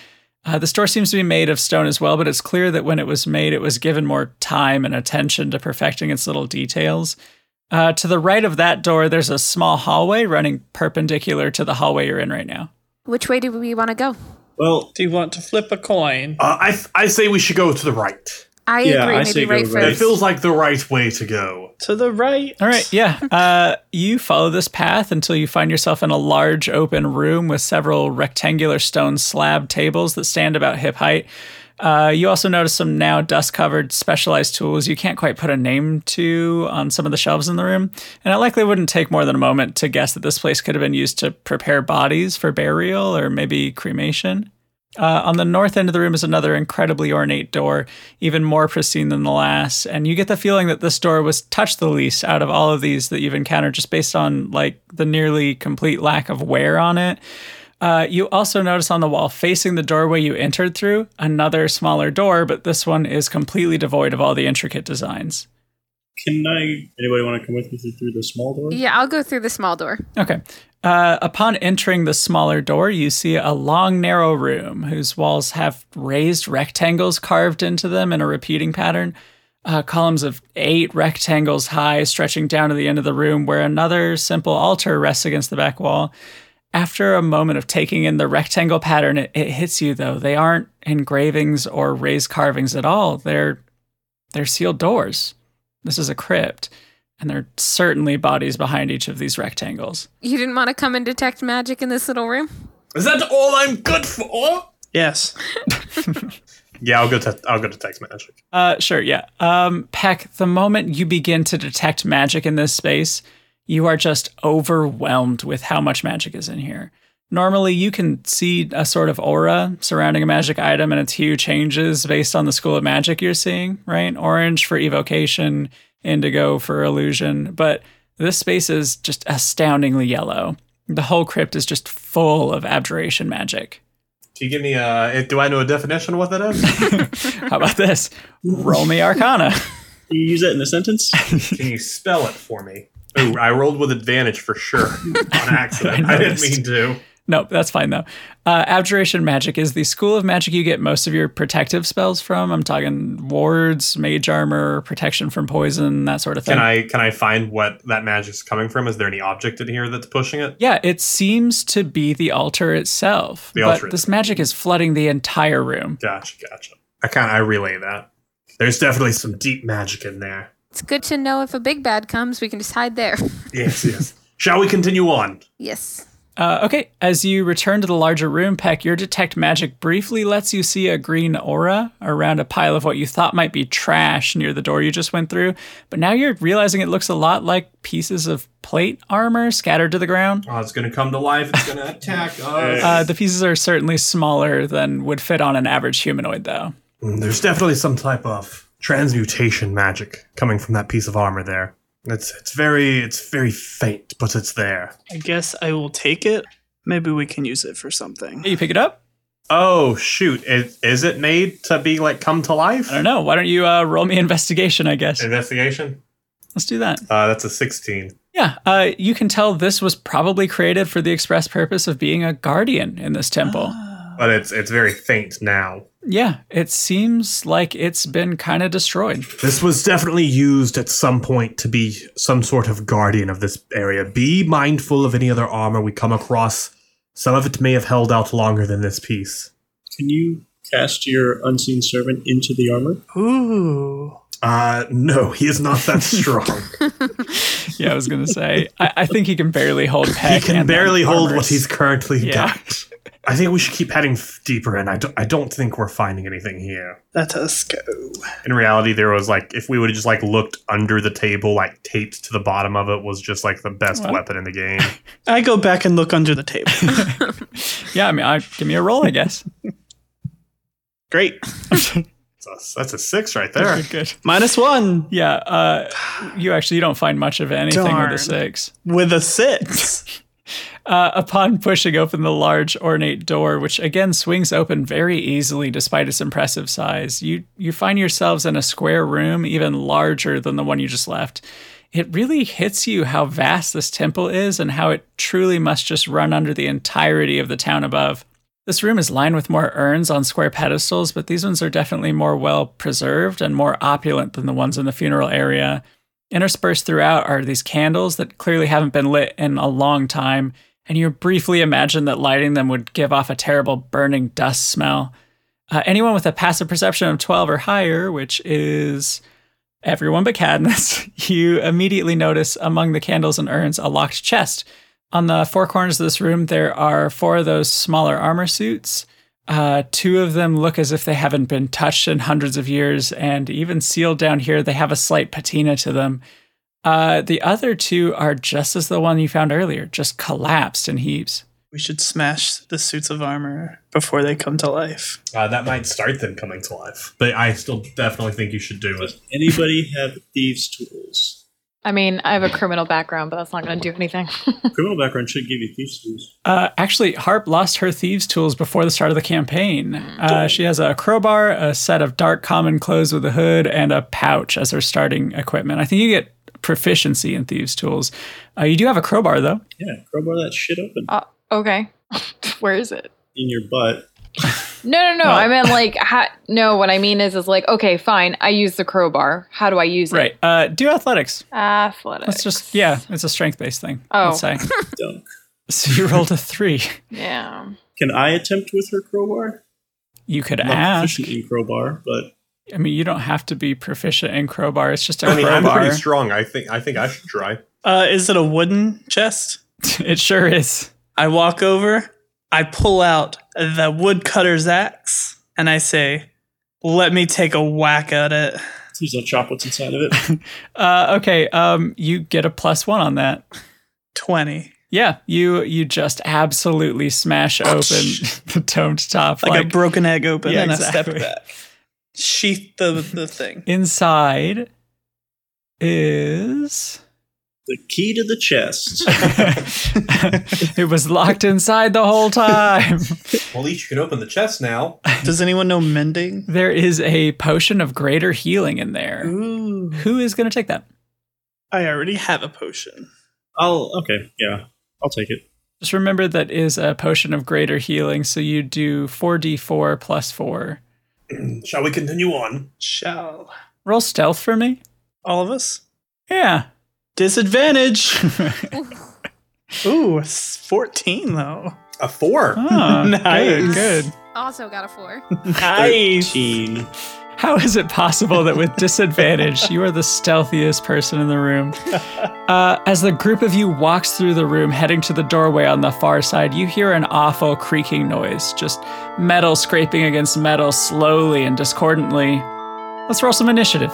S1: Uh, this door seems to be made of stone as well, but it's clear that when it was made, it was given more time and attention to perfecting its little details. Uh, to the right of that door, there's a small hallway running perpendicular to the hallway you're in right now.
S4: Which way do we want to go?
S2: Well,
S5: Do you want to flip a coin?
S7: Uh, I, I say we should go to the right.
S4: I
S2: Yeah,
S4: agree.
S2: I say
S4: Maybe
S2: go
S4: right
S2: right.
S7: It
S4: first.
S7: feels like the right way to go.
S5: To the right.
S1: All right, yeah. Uh, you follow this path until you find yourself in a large open room with several rectangular stone slab tables that stand about hip height. Uh, you also notice some now dust covered specialized tools you can't quite put a name to on some of the shelves in the room. And it likely wouldn't take more than a moment to guess that this place could have been used to prepare bodies for burial or maybe cremation. Uh, on the north end of the room is another incredibly ornate door, even more pristine than the last. And you get the feeling that this door was touched the least out of all of these that you've encountered, just based on like the nearly complete lack of wear on it. Uh, you also notice on the wall facing the doorway you entered through another smaller door, but this one is completely devoid of all the intricate designs.
S2: can I? Anybody want to come with me through the small door?
S4: Yeah, I'll go through the small door.
S1: Okay. Uh, upon entering the smaller door, you see a long, narrow room whose walls have raised rectangles carved into them in a repeating pattern. Uh, columns of eight rectangles high stretching down to the end of the room, where another simple altar rests against the back wall. After a moment of taking in the rectangle pattern, it, it hits you though. They aren't engravings or raised carvings at all. They're they're sealed doors. This is a crypt, and there are certainly bodies behind each of these rectangles.
S4: You didn't want to come and detect magic in this little room?
S7: Is that all I'm good for?
S5: Yes.
S7: Yeah, I'll go. Te- I'll go to text magic.
S1: Uh, sure, yeah. Um, Peck, the moment you begin to detect magic in this space, you are just overwhelmed with how much magic is in here. Normally, you can see a sort of aura surrounding a magic item and its hue changes based on the school of magic you're seeing, right? Orange for evocation, indigo for illusion, but this space is just astoundingly yellow. The whole crypt is just full of abjuration magic.
S7: Do you give me a? If, do I know a definition of what that is?
S1: How about this? Roll me Arcana.
S2: Can you use that in a sentence?
S7: Can you spell it for me? Ooh, I rolled with advantage for sure on accident.
S1: I
S7: I, didn't
S1: noticed.
S7: mean to.
S1: Nope, that's fine though. Uh, abjuration magic is the school of magic you get most of your protective spells from. I'm talking wards, mage armor, protection from poison, that sort of thing.
S7: Can I can I find what that magic's coming from? Is there any object in here that's pushing it?
S1: yeah, it seems to be the altar itself.
S7: The
S1: but
S7: altar
S1: this magic is flooding the entire room.
S7: Gotcha, gotcha. I kind of I relay that.
S3: There's definitely some deep magic in there.
S4: It's good to know if a big bad comes, we can just hide there.
S3: Yes, yes. Shall we continue on?
S4: yes.
S1: Uh, okay, as you return to the larger room, Peck, your detect magic briefly lets you see a green aura around a pile of what you thought might be trash near the door you just went through. But now you're realizing it looks a lot like pieces of plate armor scattered to the ground.
S3: Oh, it's gonna come to life. It's gonna attack us.
S1: Uh, the pieces are certainly smaller than would fit on an average humanoid, though.
S3: Mm, There's definitely some type of transmutation magic coming from that piece of armor there. It's it's very it's very faint, but it's there.
S5: I guess I will take it. Maybe we can use it for something.
S1: Hey, you pick it up?
S7: Oh shoot! Is, is it made to be like come to life?
S1: I don't know. Why don't you uh, roll me investigation, I guess?
S7: Investigation.
S1: Let's do that.
S7: Uh, that's a sixteen.
S1: Yeah, uh, you can tell this was probably created for the express purpose of being a guardian in this temple.
S7: But it's it's very faint now.
S1: Yeah, it seems like it's been kind of destroyed.
S3: This was definitely used at some point to be some sort of guardian of this area. Be mindful of any other armor we come across. Some of it may have held out longer than this piece.
S2: Can you cast your unseen servant into the armor?
S5: Ooh.
S3: Uh, no, he is not that strong.
S1: Yeah, I was gonna say. I, I think he can barely hold.
S3: he
S1: Peck
S3: can
S1: and the
S3: barely hold what
S1: armors.
S3: he's currently
S1: Yeah.
S3: got. I think we should keep heading f- deeper in. I don't, I don't think we're finding anything here.
S5: Let us go.
S7: In reality, there was like if we would have just like looked under the table, like taped to the bottom of it was just like the best weapon in the game.
S5: I go back and look under the table.
S1: Yeah, I mean, I, give me a roll, I guess.
S5: Great.
S7: That's a, that's a six right there.
S1: Good.
S5: Minus one
S1: Yeah, uh, you actually you don't find much of anything
S5: Darn.
S1: with a six.
S5: with a six.
S1: Uh, upon pushing open the large ornate door, which again swings open very easily despite its impressive size, you you find yourselves in a square room even larger than the one you just left. It really hits you how vast this temple is and how it truly must just run under the entirety of the town above. This room is lined with more urns on square pedestals, but these ones are definitely more well preserved and more opulent than the ones in the funeral area. Interspersed throughout are these candles that clearly haven't been lit in a long time, and you briefly imagine that lighting them would give off a terrible burning dust smell. Uh, anyone with a passive perception of 12 or higher, which is everyone but Cadmus, you immediately notice among the candles and urns a locked chest. On the four corners of this room, there are four of those smaller armor suits. Uh, two of them look as if they haven't been touched in hundreds of years, and even sealed down here, they have a slight patina to them. Uh, the other two are just as the one you found earlier, just collapsed in heaps.
S5: We should smash the suits of armor before they come to life.
S7: Uh, that might start them coming to life, but I still definitely think you should do it.
S2: Anybody have thieves' tools?
S6: I mean, I have a criminal background, but that's not going to do anything.
S2: Criminal background should give you thieves' tools.
S1: Uh, actually, Harp lost her thieves' tools before the start of the campaign. Uh, she has a crowbar, a set of dark common clothes with a hood, and a pouch as her starting equipment. I think you get proficiency in thieves' tools. Uh, you do have a crowbar, though.
S2: Yeah, crowbar that shit open
S6: uh, okay. Where is it?
S2: in your butt.
S6: No, no, no. I meant like, ha- no. What I mean is, is like, okay, fine. I use the crowbar. How do I use it?
S1: Right. Uh, do athletics.
S6: Athletics.
S1: It's just, yeah, it's a strength based thing.
S6: Oh.
S1: Let's say.
S2: Dunk.
S1: so you rolled a three.
S6: Yeah.
S2: Can I attempt with her crowbar?
S1: You could
S2: I'm not
S1: ask.
S2: proficient in crowbar, but
S1: I mean, you don't have to be proficient in crowbar. It's just a
S7: I mean, I'm
S1: crowbar.
S7: pretty strong. I think I think I should try.
S5: Uh, is it a wooden chest?
S1: it sure is.
S5: I walk over, I pull out the woodcutter's axe, and I say, Let me take a whack at it.
S2: Please don't chop what's inside of it.
S1: Uh, okay, um, you get a plus one on that.
S5: 20.
S1: Yeah, you you just absolutely smash open the domed top
S5: Like, a broken egg open
S1: Yeah,
S5: and
S1: exactly.
S5: I step back. Sheath the, the thing.
S1: inside is
S2: the key to the chest.
S1: it was locked inside the whole time.
S3: Well, at least you can open the chest now.
S5: Does anyone know mending?
S1: There is a potion of greater healing in there.
S5: Ooh.
S1: Who is going to take that?
S5: I already have a potion.
S2: I'll okay, yeah, I'll take it.
S1: Just remember that is a potion of greater healing, so you do 4d4 plus 4.
S3: Shall we continue on?
S5: Shall.
S1: Roll stealth for me?
S5: All of us?
S1: Yeah.
S5: Disadvantage. Ooh, s- 14 though.
S3: A four.
S1: Ah,
S5: Nice.
S1: Good, good.
S4: Also got a four.
S5: Nice.
S2: Thirteen.
S1: How is it possible that with disadvantage, you are the stealthiest person in the room? Uh, as the group of you walks through the room, heading to the doorway on the far side, you hear an awful creaking noise, just metal scraping against metal slowly and discordantly. Let's roll some initiative.